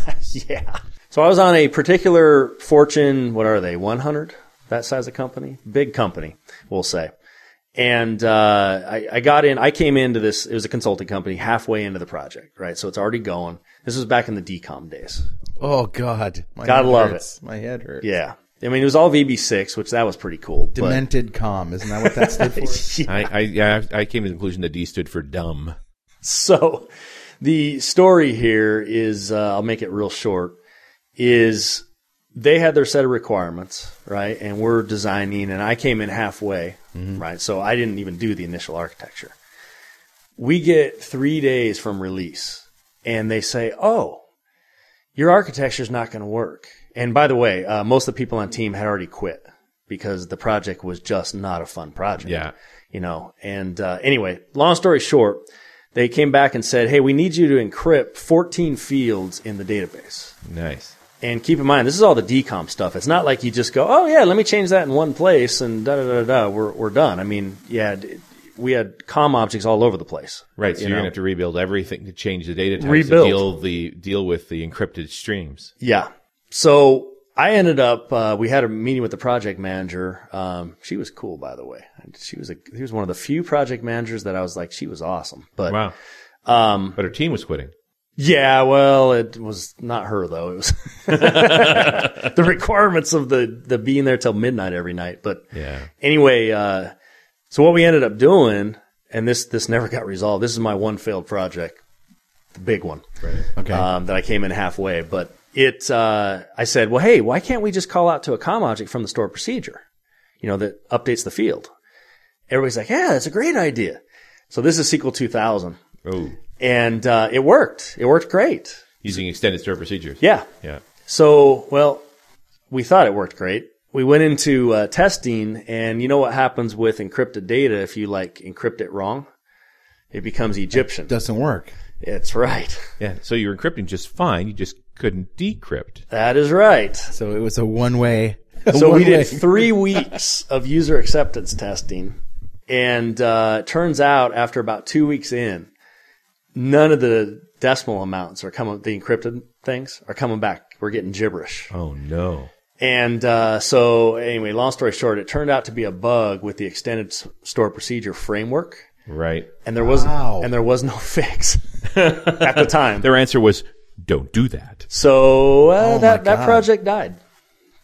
[SPEAKER 5] Yeah. So I was on a particular Fortune, what are they, 100? That size of company? Big company, we'll say. And uh, I, I got in, I came into this, it was a consulting company halfway into the project, right? So it's already going. This was back in the DCOM days.
[SPEAKER 3] oh God, my
[SPEAKER 5] Gotta
[SPEAKER 3] head
[SPEAKER 5] love
[SPEAKER 3] hurts. My head hurts.
[SPEAKER 5] Yeah. I mean, it was all VB6, which that was pretty cool. but-
[SPEAKER 3] Demented calm, isn't that what that stood for?
[SPEAKER 4] I, I, yeah, I I came to the conclusion that D stood for dumb.
[SPEAKER 5] so the story here is uh, I'll make it real short is they had their set of requirements, right? And we're designing and I came in halfway, right? So I didn't even do the initial architecture. We get 3 days from release and they say, "Oh, your architecture's not going to work." And by the way, uh, most of the people on team had already quit because the project was just not a fun project
[SPEAKER 4] Yeah.
[SPEAKER 5] you know. And uh, anyway, long story short, they came back and said, "Hey, we need you to encrypt 14 fields in the database."
[SPEAKER 4] Nice.
[SPEAKER 5] And keep in mind, this is all the decomp stuff. It's not like you just go, "Oh yeah, let me change that in one place," and da da da da. We're we're done. I mean, yeah, d- we had com objects all over the place.
[SPEAKER 4] Right. So
[SPEAKER 5] You
[SPEAKER 4] you are
[SPEAKER 5] know.
[SPEAKER 4] gonna have to rebuild everything to change the data types
[SPEAKER 5] Rebuild.
[SPEAKER 4] to deal the deal with the encrypted streams.
[SPEAKER 5] Yeah. So I ended up. Uh, we had a meeting with the project manager. Um, she was cool, by the way. She was a. She was one of the few project managers that I was like, she was awesome. But
[SPEAKER 4] Wow. Um, but her team was quitting.
[SPEAKER 5] Yeah, well, it was not her though. It was the requirements of the the being there till midnight every night. But
[SPEAKER 4] Yeah.
[SPEAKER 5] anyway, uh, so what we ended up doing, and this this never got resolved. This is my one failed project, the big one
[SPEAKER 3] Okay.
[SPEAKER 5] um, that I came in halfway. But it, uh, I said, well, hey, why can't we just call out to a com object from the store procedure, you know, that updates the field? Everybody's like, yeah, that's a great idea. So this is SQL 2000,
[SPEAKER 4] Oh,
[SPEAKER 5] and uh, it worked. It worked great.
[SPEAKER 4] using extended store procedures.
[SPEAKER 5] Yeah.
[SPEAKER 4] Yeah.
[SPEAKER 5] So, well, we thought it worked great. We went into uh, testing, and you know what happens with encrypted data if you like encrypt it wrong? It becomes Egyptian.
[SPEAKER 3] Doesn't work.
[SPEAKER 5] It's right.
[SPEAKER 4] Yeah. So you were encrypting just fine. You just couldn't decrypt.
[SPEAKER 5] That is right.
[SPEAKER 3] So it was a one way.
[SPEAKER 5] So we did three weeks of user acceptance testing, and uh, it turns out after about two weeks in, none of the decimal amounts are coming. The encrypted things are coming back. We're getting gibberish.
[SPEAKER 4] Oh no.
[SPEAKER 5] And uh, so, anyway, long story short, it turned out to be a bug with the extended s- store procedure framework,
[SPEAKER 4] Right.
[SPEAKER 5] and there was
[SPEAKER 3] Wow.
[SPEAKER 5] and there was no fix at the time.
[SPEAKER 4] Their answer was, "Don't do that."
[SPEAKER 5] So uh,
[SPEAKER 3] Oh my
[SPEAKER 5] that that
[SPEAKER 3] God.
[SPEAKER 5] project died.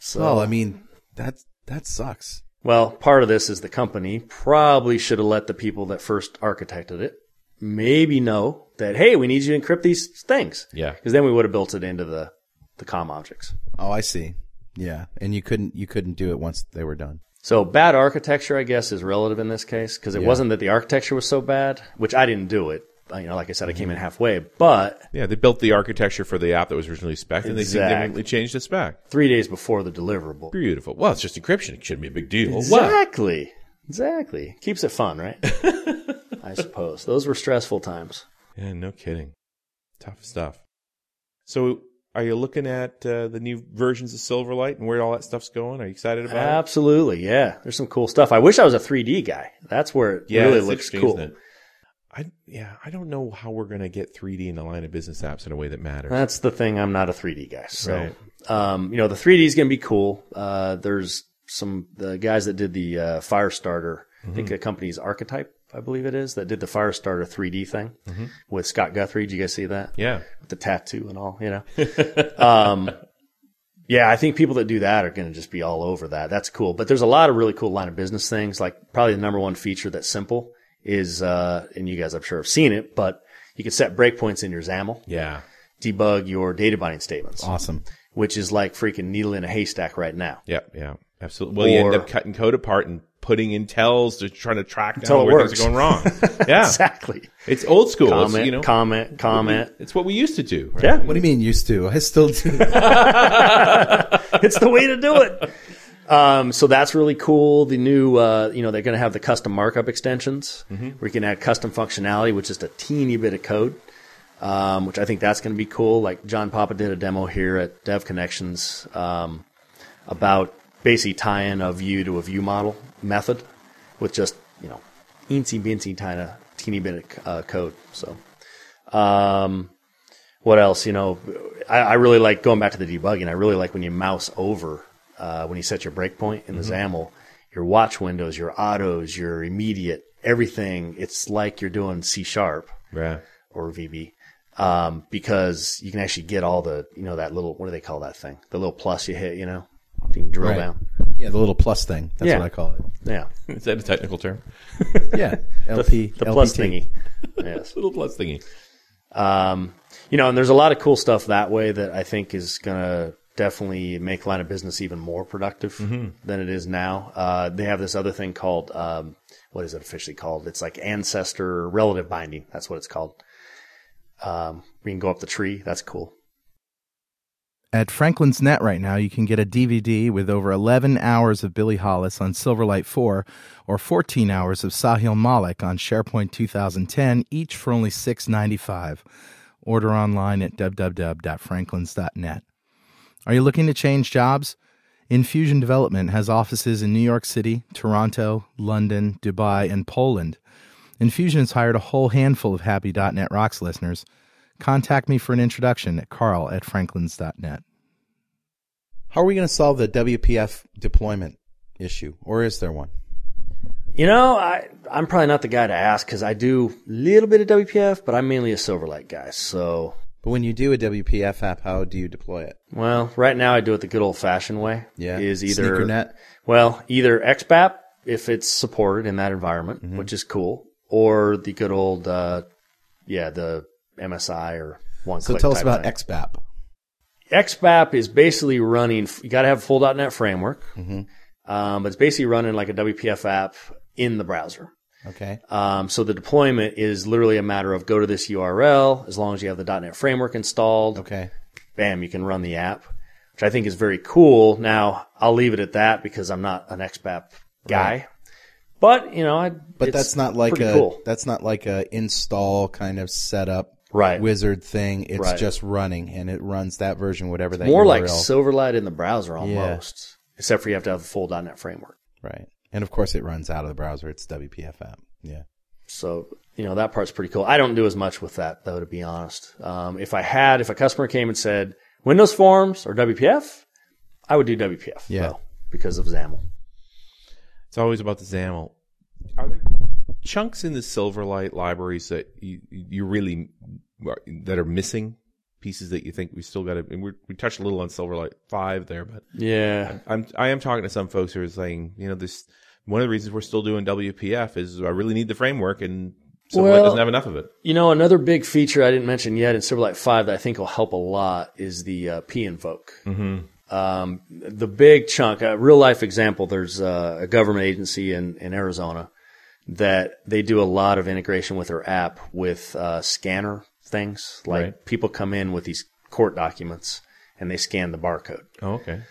[SPEAKER 5] So
[SPEAKER 3] Well, oh, I mean, that's that sucks.
[SPEAKER 5] Well, part of this is the company probably should have let the people that first architected it maybe know that hey, we need you to encrypt these things.
[SPEAKER 4] Yeah.
[SPEAKER 5] Because then we would have built it into the the com objects.
[SPEAKER 3] Oh, I see. Yeah, and you couldn't you couldn't do it once they were done.
[SPEAKER 5] So bad architecture, I guess, is relative in this case because it wasn't that the architecture was so bad, which I didn't do it. Uh, You know, like I said, I
[SPEAKER 4] Mm-hmm.
[SPEAKER 5] came in halfway, but
[SPEAKER 4] Yeah, they built the architecture for the app that was originally spec, and they
[SPEAKER 5] Exactly.
[SPEAKER 4] significantly changed the spec.
[SPEAKER 5] three days before the deliverable.
[SPEAKER 4] Beautiful. Well, it's just encryption. It shouldn't be a big deal. What?
[SPEAKER 5] Exactly. Exactly. Keeps it fun, right? I suppose. Those were stressful times.
[SPEAKER 4] Yeah, no kidding. Tough stuff. So, are you looking at uh, the new versions of Silverlight and where all that stuff's going? Are you excited about it?
[SPEAKER 5] Absolutely. Yeah. There's some cool stuff. I wish I was a 3D guy. That's where it really
[SPEAKER 4] it's
[SPEAKER 5] looks
[SPEAKER 4] interesting,
[SPEAKER 5] cool.
[SPEAKER 4] isn't it? I yeah, I don't know how we're gonna get 3D in the line of business apps in a way that matters.
[SPEAKER 5] That's the thing. I'm not a 3D guy. So,
[SPEAKER 4] Right.
[SPEAKER 5] um, you know, the 3D is going to be cool. Uh, there's some the guys that did the uh, Firestarter. I
[SPEAKER 4] Mm-hmm.
[SPEAKER 5] think the company's Archetype, I believe it is, that did the Firestarter 3D thing with Scott Guthrie. Did you guys see that?
[SPEAKER 4] Mm-hmm. yeah,
[SPEAKER 5] With the tattoo and all, you know. um, yeah, I think people that do that are going to just be all over that. That's cool. But there's a lot of really cool line of business things. Like probably the number one feature that's simple is, uh, and you guys I'm sure have seen it, but you can set breakpoints in your XAML
[SPEAKER 4] yeah,
[SPEAKER 5] debug your data binding statements,
[SPEAKER 3] Awesome.
[SPEAKER 5] which is like freaking needle in a haystack right now.
[SPEAKER 4] yeah, yeah. Absolutely. Well, you end
[SPEAKER 5] Or-
[SPEAKER 4] up cutting code apart and putting in tells to trying to track
[SPEAKER 5] Until
[SPEAKER 4] down
[SPEAKER 5] it
[SPEAKER 4] where
[SPEAKER 5] works.
[SPEAKER 4] things are going wrong. yeah,
[SPEAKER 5] Exactly.
[SPEAKER 4] it's old school. It's,
[SPEAKER 5] Comment,
[SPEAKER 4] you know,
[SPEAKER 5] comment, comment.
[SPEAKER 4] it's what we used to do. right?
[SPEAKER 5] Yeah,
[SPEAKER 3] What do you mean used to? I still do.
[SPEAKER 5] it's the way to do it. Um, so that's really cool. The new, uh, you know, they're going to have the custom markup extensions where you can add custom functionality with just a teeny bit of code, um, which I think that's going to be cool. Like John Papa did a demo here at Dev Connections um, about basically tying a view to a view model method with just, you know, eensy beensy kind of teeny bit of uh, code. So, um, what else? You know, I, I really like going back to the debugging. I really like when you mouse over uh, when you set your breakpoint in the XAML, your watch windows, your autos, your immediate, everything. It's like you're doing C sharp
[SPEAKER 4] yeah.
[SPEAKER 5] or VB um, because you can actually get all the you know that little what do they call that thing? The little plus you hit, you know, you can drill
[SPEAKER 3] Right.
[SPEAKER 5] down.
[SPEAKER 3] yeah, the little plus thing. That's
[SPEAKER 5] Yeah.
[SPEAKER 3] what I call it.
[SPEAKER 5] Yeah,
[SPEAKER 4] Is that a technical term?
[SPEAKER 3] Yeah, LP,
[SPEAKER 5] the plus
[SPEAKER 3] LPT.
[SPEAKER 5] thingy. yes.
[SPEAKER 4] Little plus thingy.
[SPEAKER 5] Um, you know, and there's a lot of cool stuff that way that I think is going to definitely make line of business even more productive than it is now. Uh, they have this other thing called, um, what is it officially called? It's like ancestor relative binding. That's what it's called. Um, we can go up the tree. That's cool.
[SPEAKER 6] At Franklin's Net right now, you can get a DVD with over 11 hours of Billy Hollis on Silverlight 4 or 14 hours of Sahil Malik on SharePoint 2010, each for only $6.95. Order online at www.franklins.net. Are you looking to change jobs? Infusion Development has offices in New York City, Toronto, London, Dubai, and Poland. Infusion has hired a whole handful of happy.net rocks listeners. Contact me for an introduction at carl at franklins.net.
[SPEAKER 3] How are we going to solve the WPF deployment issue, or is there one?
[SPEAKER 5] You know, I, I'm probably not the guy to ask because I do a little bit of WPF, but I'm mainly a Silverlight guy. So,
[SPEAKER 3] But when you do a WPF app, how do you deploy it?
[SPEAKER 5] well, right now I do it the good old fashioned way.
[SPEAKER 3] Yeah,
[SPEAKER 5] Is either
[SPEAKER 3] SneakerNet.
[SPEAKER 5] Well, either XBAP if it's supported in that environment,
[SPEAKER 3] Mm-hmm.
[SPEAKER 5] which is cool, or the good old, uh, yeah, the MSI or one.
[SPEAKER 3] So tell us about XBAP.
[SPEAKER 5] XBAP is basically running. You got to have full .NET framework,
[SPEAKER 3] Mm-hmm.
[SPEAKER 5] um, but it's basically running like a WPF app in the browser.
[SPEAKER 3] Okay.
[SPEAKER 5] Um, so the deployment is literally a matter of go to this URL as long as you have the .NET framework installed
[SPEAKER 3] Okay.
[SPEAKER 5] bam, you can run the app, which I think is very cool. Now I'll leave it at that because I'm not an XBAP guy, but you know, I,
[SPEAKER 3] But
[SPEAKER 5] it's
[SPEAKER 3] that's not like
[SPEAKER 5] pretty
[SPEAKER 3] a
[SPEAKER 5] cool.
[SPEAKER 3] that's not like a install kind of setup
[SPEAKER 5] Right.
[SPEAKER 3] wizard thing. It's
[SPEAKER 5] Right.
[SPEAKER 3] just running and it runs that version whatever that
[SPEAKER 5] more like
[SPEAKER 3] URL.
[SPEAKER 5] Silverlight in the browser almost, except for you have to have the full .NET framework.
[SPEAKER 3] right. And of course it runs out of the browser. It's WPF app. Yeah.
[SPEAKER 5] So you know that part's pretty cool. I don't do as much with that though, to be honest. Um, if I had, if a customer came and said Windows Forms or WPF, I would do WPF.
[SPEAKER 3] Yeah.
[SPEAKER 5] though, because of XAML.
[SPEAKER 4] It's always about the XAML. Are there chunks in the Silverlight libraries that you, you really that are missing pieces that you think we still got to? And we're, we touched a little on Silverlight five there, but
[SPEAKER 5] Yeah,
[SPEAKER 4] I'm I am talking to some folks who are saying, you know, this one of the reasons we're still doing WPF is I really need the framework, and Silverlight
[SPEAKER 5] Well-
[SPEAKER 4] doesn't have enough of it.
[SPEAKER 5] You know, another big feature I didn't mention yet in Silverlight 5 that I think will help a lot is the uh, P invoke. Mm-hmm. Um, the big chunk, a real life example, there's uh, a government agency in, in Arizona that they do a lot of integration with their app with uh, scanner things. Like
[SPEAKER 4] Right.
[SPEAKER 5] people come in with these court documents and they scan the barcode.
[SPEAKER 4] Oh, okay.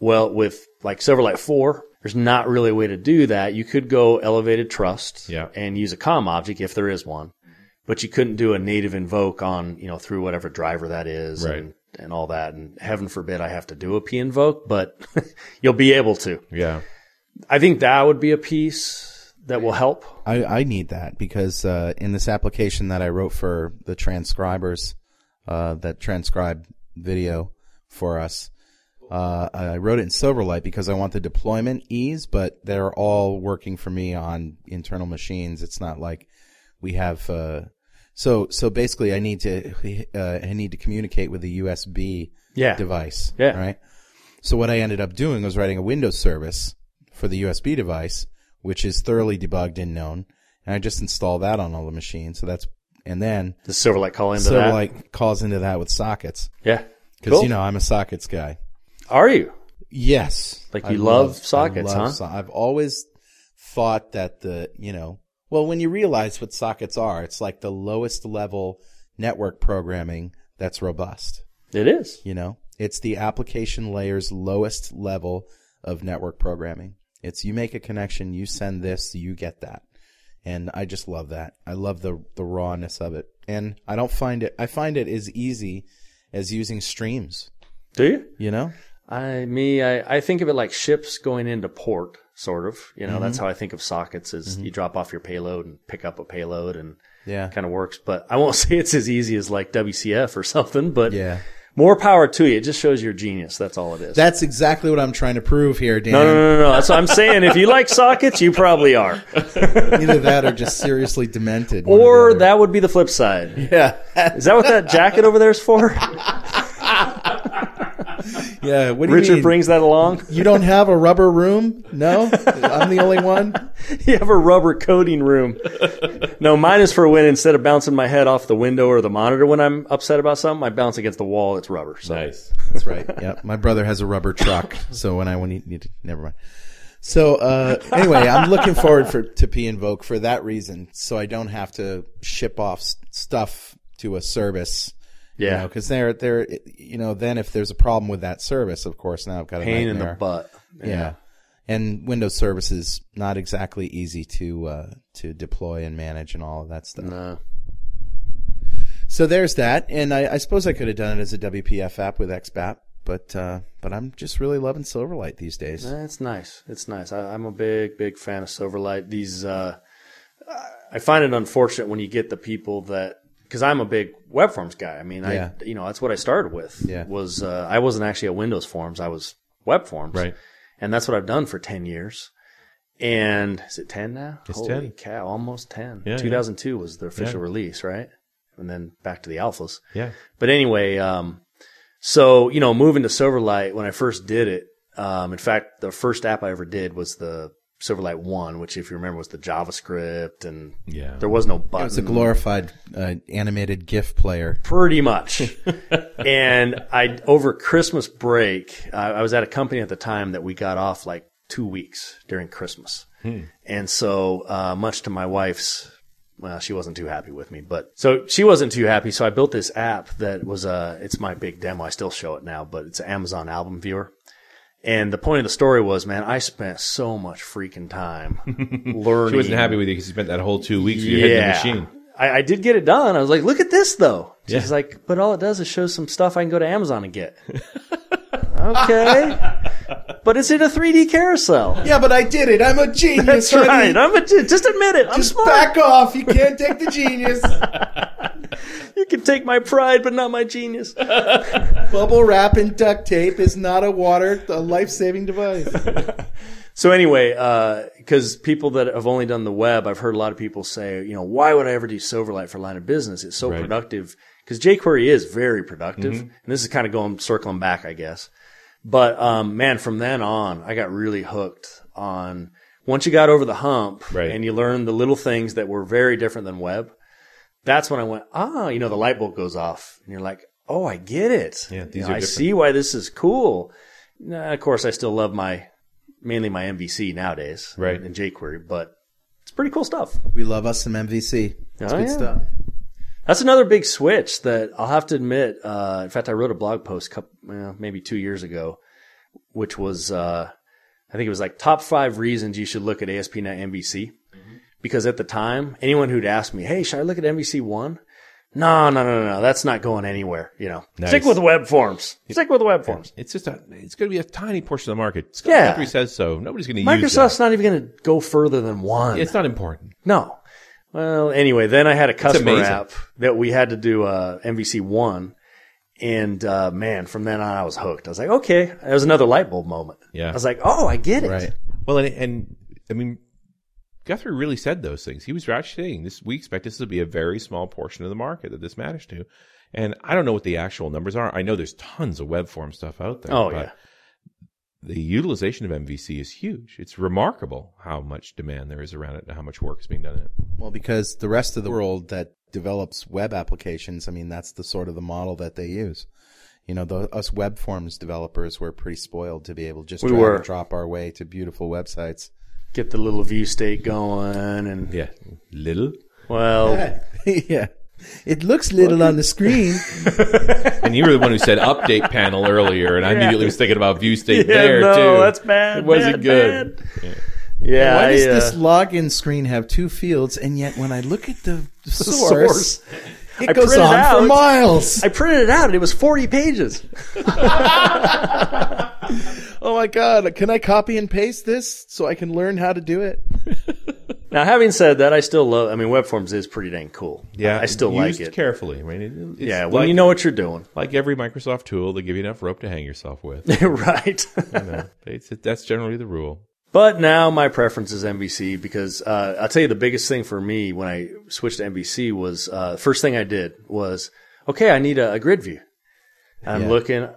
[SPEAKER 5] Well, with like Silverlight 4, there's not really a way to do that. You could go elevated trust
[SPEAKER 4] Yeah.
[SPEAKER 5] and use a COM object if there is one, but you couldn't do a native invoke on, you know, through whatever driver that is
[SPEAKER 4] Right.
[SPEAKER 5] and, and all that. And heaven forbid I have to do a P invoke, but you'll be able to.
[SPEAKER 4] Yeah.
[SPEAKER 5] I think that would be a piece that will help.
[SPEAKER 3] I, I need that because uh, in this application that I wrote for the transcribers uh, that transcribe video for us, uh, I wrote it in Silverlight because I want the deployment ease, but they're all working for me on internal machines. It's not like we have. Uh, so so basically, I need to uh, I need to communicate with the USB
[SPEAKER 5] Yeah.
[SPEAKER 3] device.
[SPEAKER 5] Yeah.
[SPEAKER 3] Right. So what I ended up doing was writing a Windows service for the USB device, which is thoroughly debugged and known. And I just install that on all the machines. So that's, and then
[SPEAKER 5] Does Silverlight call into
[SPEAKER 3] so
[SPEAKER 5] that?
[SPEAKER 3] like calls into that with sockets.
[SPEAKER 5] yeah.
[SPEAKER 3] Cause
[SPEAKER 5] Cool.
[SPEAKER 3] you know, I'm a sockets guy.
[SPEAKER 5] Are you?
[SPEAKER 3] Yes.
[SPEAKER 5] Like you love sockets,
[SPEAKER 3] I
[SPEAKER 5] huh?
[SPEAKER 3] so- I've always thought that the, you know, well, when you realize what sockets are, it's like the lowest level network programming that's robust.
[SPEAKER 5] It is.
[SPEAKER 3] You know, it's the application layer's lowest level of network programming. It's you make a connection, you send this, you get that. And I just love that. I love the, the rawness of it. And I don't find it, I find it as easy as using streams,
[SPEAKER 5] Do you?
[SPEAKER 3] you know?
[SPEAKER 5] I me I, I think of it like ships going into port, sort of. You know,
[SPEAKER 3] Mm-hmm.
[SPEAKER 5] that's how I think of sockets is you drop off your payload and pick up a payload and
[SPEAKER 3] Yeah.
[SPEAKER 5] kind of works. But I won't say it's as easy as like WCF or something, but
[SPEAKER 3] Yeah.
[SPEAKER 5] more power to you. It just shows your genius. That's all it is.
[SPEAKER 3] That's exactly what I'm trying to prove here, Dan.
[SPEAKER 5] no, no, no, no, no. That's what I'm saying. If you like sockets, you probably are.
[SPEAKER 3] Either that or just seriously demented. one
[SPEAKER 5] Or
[SPEAKER 3] the other.
[SPEAKER 5] that would be the flip side.
[SPEAKER 3] Yeah.
[SPEAKER 5] Is that what that jacket over there is for?
[SPEAKER 3] yeah. What do you
[SPEAKER 5] Richard
[SPEAKER 3] mean?
[SPEAKER 5] brings that along.
[SPEAKER 3] You don't have a rubber room? No? I'm the only one?
[SPEAKER 5] You have a rubber coating room. No, mine is for when instead of bouncing my head off the window or the monitor when I'm upset about something, I bounce against the wall. It's rubber. So
[SPEAKER 4] Nice.
[SPEAKER 3] That's right. Yep. My brother has a rubber truck, so when I when he need, never mind. So uh, anyway, I'm looking forward for to P Invoke for that reason, so I don't have to ship off s- stuff to a service.
[SPEAKER 5] Yeah.
[SPEAKER 3] you because they're they're you know then if there's a problem with that service, of course now I've got a
[SPEAKER 5] pain in the
[SPEAKER 3] nightmare.
[SPEAKER 5] butt.
[SPEAKER 3] Yeah. And Windows Service is not exactly easy to uh, to deploy and manage and all of that stuff.
[SPEAKER 5] No.
[SPEAKER 3] So there's that, and I, I suppose I could have done it as a WPF app with XBAP, but uh, but I'm just really loving Silverlight these days.
[SPEAKER 5] That's nice. It's nice. I, I'm a big, big fan of Silverlight. These, uh, I find it unfortunate when you get the people that, because I'm a big web forms guy. I mean,
[SPEAKER 3] Yeah.
[SPEAKER 5] I, you know, that's what I started with.
[SPEAKER 3] Yeah.
[SPEAKER 5] Was uh, I wasn't actually a Windows Forms. I was web forms.
[SPEAKER 4] Right.
[SPEAKER 5] And that's what I've done for ten years. And is it ten now? It's Holy
[SPEAKER 4] 10.
[SPEAKER 5] cow! Almost ten.
[SPEAKER 4] Yeah, yeah.
[SPEAKER 5] 2002 was the official release, right? And then back to the alphas.
[SPEAKER 4] Yeah.
[SPEAKER 5] But anyway, um, so you know, moving to Silverlight when I first did it, um, in fact, the first app I ever did was the Silverlight One, which, if you remember, was the JavaScript, and
[SPEAKER 4] Yeah.
[SPEAKER 5] there was no button.
[SPEAKER 3] It's a glorified uh, animated GIF player.
[SPEAKER 5] Pretty much. and I, over Christmas break, I, I was at a company at the time that we got off like two weeks during Christmas.
[SPEAKER 4] Hmm.
[SPEAKER 5] And so, uh, much to my wife's, well, she wasn't too happy with me, but so she wasn't too happy. So I built this app that was, uh, it's my big demo. I still show it now, but it's an Amazon album viewer. And the point of the story was, man, I spent so much freaking time learning.
[SPEAKER 4] She wasn't happy with you because you spent that whole two weeks you hitting the machine.
[SPEAKER 5] I, I did get it done. I was like, look at this though. She's
[SPEAKER 4] Yeah.
[SPEAKER 5] like, but all it does is show some stuff I can go to Amazon and get. okay. But it's in a 3D carousel.
[SPEAKER 3] Yeah, but I did it. I'm a genius.
[SPEAKER 5] That's right. I'm a, just admit it. I'm smart.
[SPEAKER 3] off. You can't take the genius.
[SPEAKER 5] You can take my pride, but not my genius.
[SPEAKER 3] Bubble wrap and duct tape is not a water, a life saving device.
[SPEAKER 5] So anyway, because people that have only done the web, I've heard a lot of people say, you know, why would I ever do Silverlight for line of business? It's so productive because jQuery is very productive,
[SPEAKER 4] Mm-hmm.
[SPEAKER 5] and this is kind of going circling back, I guess. But um, man, from then on, I got really hooked on. once you got over the hump
[SPEAKER 4] Right.
[SPEAKER 5] and you learned the little things that were very different than web, that's when I went, ah, you know, the light bulb goes off and you're like, oh, I get it.
[SPEAKER 4] Yeah, these
[SPEAKER 5] You know,
[SPEAKER 4] are
[SPEAKER 5] I
[SPEAKER 4] different.
[SPEAKER 5] see why this is cool. Nah, of course, I still love my, mainly my MVC nowadays
[SPEAKER 4] Right.
[SPEAKER 5] and jQuery, but it's pretty cool stuff.
[SPEAKER 6] We love us some MVC. It's
[SPEAKER 5] Oh,
[SPEAKER 6] good
[SPEAKER 5] yeah.
[SPEAKER 6] stuff.
[SPEAKER 5] That's another big switch that I'll have to admit. Uh, in fact, I wrote a blog post couple, well, maybe two years ago, which was, uh, I think it was like top five reasons you should look at ASP.NET MVC. Because at the time, anyone who'd asked me, Hey, should I look at MVC one? No, no, no, no, no. That's not going anywhere. You know, stick with web forms. Stick with web forms.
[SPEAKER 4] It's just a, it's going to be a tiny portion of the market. Scott
[SPEAKER 5] Yeah.
[SPEAKER 4] Guthrie says so. Nobody's going to use that.
[SPEAKER 5] Microsoft's not even going to go further than one.
[SPEAKER 4] It's not important.
[SPEAKER 5] No. Well, anyway, then I had a customer
[SPEAKER 4] amazing.
[SPEAKER 5] app that we had to do uh, MVC one, and uh, man, from then on I was hooked. I was like, okay, it was another light bulb moment.
[SPEAKER 4] Yeah.
[SPEAKER 5] I was like, oh, I get it.
[SPEAKER 6] Right.
[SPEAKER 4] Well, and, and I mean, Guthrie really said those things. He was right saying this. We expect this to be a very small portion of the market that this matters to. And I don't know what the actual numbers are. I know there's tons of web form stuff out there.
[SPEAKER 5] Oh,
[SPEAKER 4] but
[SPEAKER 5] yeah.
[SPEAKER 4] The utilization of MVC is huge. It's remarkable how much demand there is around it and how much work is being done in it.
[SPEAKER 6] Well, because the rest of the world that develops web applications, I mean, that's the sort of the model that they use. You know, the, us web forms developers were pretty spoiled to be able to just
[SPEAKER 5] We
[SPEAKER 6] drag
[SPEAKER 5] were.
[SPEAKER 6] and drop our way to beautiful websites.
[SPEAKER 5] Get the little view state going, and
[SPEAKER 4] Yeah. Little.
[SPEAKER 5] well,
[SPEAKER 6] yeah. It looks little on the screen.
[SPEAKER 4] And you were the one who said update panel earlier, and I immediately was thinking about view state
[SPEAKER 5] Yeah,
[SPEAKER 4] there
[SPEAKER 5] no,
[SPEAKER 4] too.
[SPEAKER 5] that's bad,
[SPEAKER 4] It wasn't
[SPEAKER 5] bad,
[SPEAKER 4] good.
[SPEAKER 5] yeah,
[SPEAKER 6] Why does
[SPEAKER 5] I, uh,
[SPEAKER 6] this login screen have two fields? And yet when I look at the source,
[SPEAKER 5] source.
[SPEAKER 6] it
[SPEAKER 5] I
[SPEAKER 6] goes
[SPEAKER 5] printed
[SPEAKER 6] on
[SPEAKER 5] out-
[SPEAKER 6] for miles.
[SPEAKER 5] I printed it out, and it was forty pages.
[SPEAKER 6] oh my God. Can I copy and paste this so I can learn how to do it?
[SPEAKER 5] now, having said that, I still love. I mean, web forms is pretty dang cool. I still like
[SPEAKER 4] used
[SPEAKER 5] it.
[SPEAKER 4] carefully. I mean, it- it's
[SPEAKER 5] Yeah, when
[SPEAKER 4] like-
[SPEAKER 5] you know what you're doing,
[SPEAKER 4] like every Microsoft tool, they give you enough rope to hang yourself with.
[SPEAKER 5] right?
[SPEAKER 4] You know, it's, that's generally the rule.
[SPEAKER 5] But now my preference is MVC because uh, I'll tell you the biggest thing for me when I switched to MVC was uh, first thing I did was okay, I need a, a grid view. I'm looking.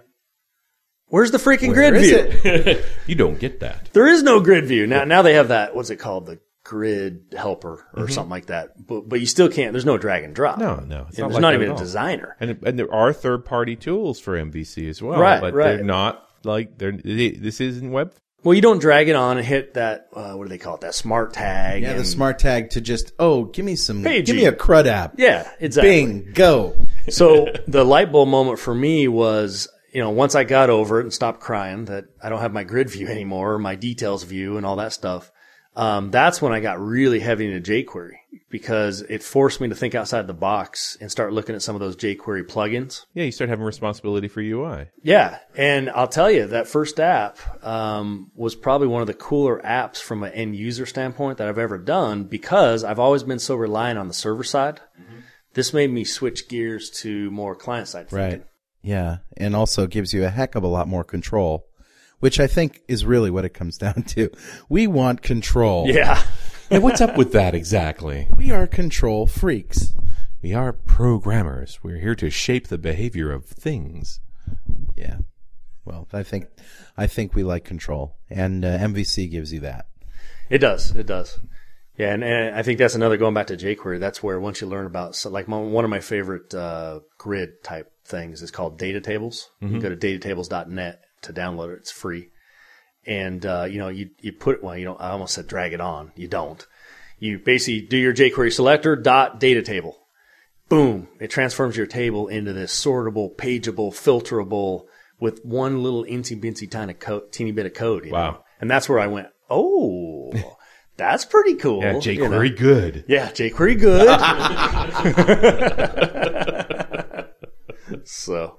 [SPEAKER 5] Where's the freaking grid
[SPEAKER 6] is
[SPEAKER 5] view?
[SPEAKER 6] it?
[SPEAKER 4] You don't get that.
[SPEAKER 5] There is no grid view now. Now they have that. What's it called? The grid helper or something like that. But but you still can't. There's no drag and drop.
[SPEAKER 4] Mm-hmm. No, no, it's
[SPEAKER 5] And
[SPEAKER 4] not
[SPEAKER 5] there's
[SPEAKER 4] like
[SPEAKER 5] not
[SPEAKER 4] that
[SPEAKER 5] even
[SPEAKER 4] at
[SPEAKER 5] a
[SPEAKER 4] all.
[SPEAKER 5] designer.
[SPEAKER 4] And and there are third party tools for MVC as well,
[SPEAKER 5] Right,
[SPEAKER 4] But
[SPEAKER 5] right.
[SPEAKER 4] they're not like they're. they- This isn't web.
[SPEAKER 5] Well, you don't drag it on and hit that. Uh, what do they call it? That smart tag.
[SPEAKER 6] Yeah, the
[SPEAKER 5] and-
[SPEAKER 6] smart tag to just, oh, give me some,
[SPEAKER 5] Pagey.
[SPEAKER 6] give me a CRUD app.
[SPEAKER 5] Yeah, exactly.
[SPEAKER 6] Bing, go.
[SPEAKER 5] so the light bulb moment for me was you know once i got over it and stopped crying that i don't have my grid view anymore my details view and all that stuff um, that's when i got really heavy into jquery because it forced me to think outside the box and start looking at some of those jquery plugins
[SPEAKER 4] Yeah, you start having responsibility for UI.
[SPEAKER 5] yeah, and I'll tell you that first app um, was probably one of the cooler apps from an end user standpoint that I've ever done because I've always been so reliant on the server side. This made me switch gears to more client side.
[SPEAKER 6] Right. Yeah. And also gives you a heck of a lot more control, which I think is really what it comes down to. We want control.
[SPEAKER 5] Yeah.
[SPEAKER 4] And what's up with that exactly?
[SPEAKER 6] We are control freaks.
[SPEAKER 4] We are programmers. We're here to shape the behavior of things.
[SPEAKER 6] Yeah. Well, I think, I think we like control and uh, MVC gives you that.
[SPEAKER 5] It does. It does. Yeah, and, and I think that's another going back to jQuery. That's where once you learn about so like my, one of my favorite uh, grid type things is called data tables. You go to datatables.net to download it. It's free, and uh, you know you you put well you know I almost said drag it on. You don't. You basically do your jQuery selector dot data table. Boom! It transforms your table into this sortable, pageable, filterable with one little incy bincy tiny co- teeny bit of code. you
[SPEAKER 4] Wow.
[SPEAKER 5] know? And that's where I went. Oh. That's pretty cool.
[SPEAKER 4] Yeah,
[SPEAKER 5] you
[SPEAKER 4] jQuery
[SPEAKER 5] know.
[SPEAKER 4] good.
[SPEAKER 5] Yeah, jQuery good. so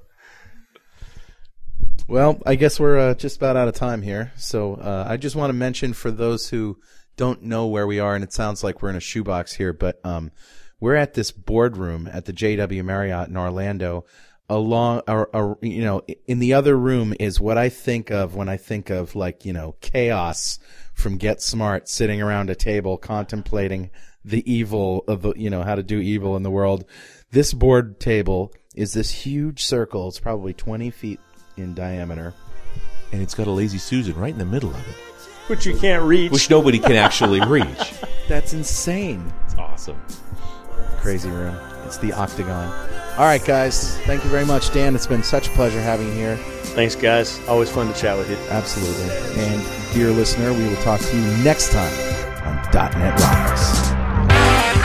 [SPEAKER 6] Well, I guess we're uh, just about out of time here. So uh, I just want to mention for those who don't know where we are, and it sounds like we're in a shoebox here, but um, we're at this boardroom at the JW Marriott in Orlando. Along, or, or you know, in the other room is what I think of when I think of like you know chaos from Get Smart, sitting around a table contemplating the evil of the you know how to do evil in the world. This board table is this huge circle. It's probably twenty feet in diameter.
[SPEAKER 4] And it's got a lazy Susan right in the middle of it.
[SPEAKER 5] which you can't reach.
[SPEAKER 4] which nobody can actually reach.
[SPEAKER 7] That's insane.
[SPEAKER 4] It's awesome.
[SPEAKER 7] Crazy room. It's the octagon. All right, guys. Thank you very much, Dan. It's been such a pleasure having you here.
[SPEAKER 5] Thanks, guys. Always fun to chat with you.
[SPEAKER 7] Absolutely. And dear listener, we will talk to you next time on .NET Rocks.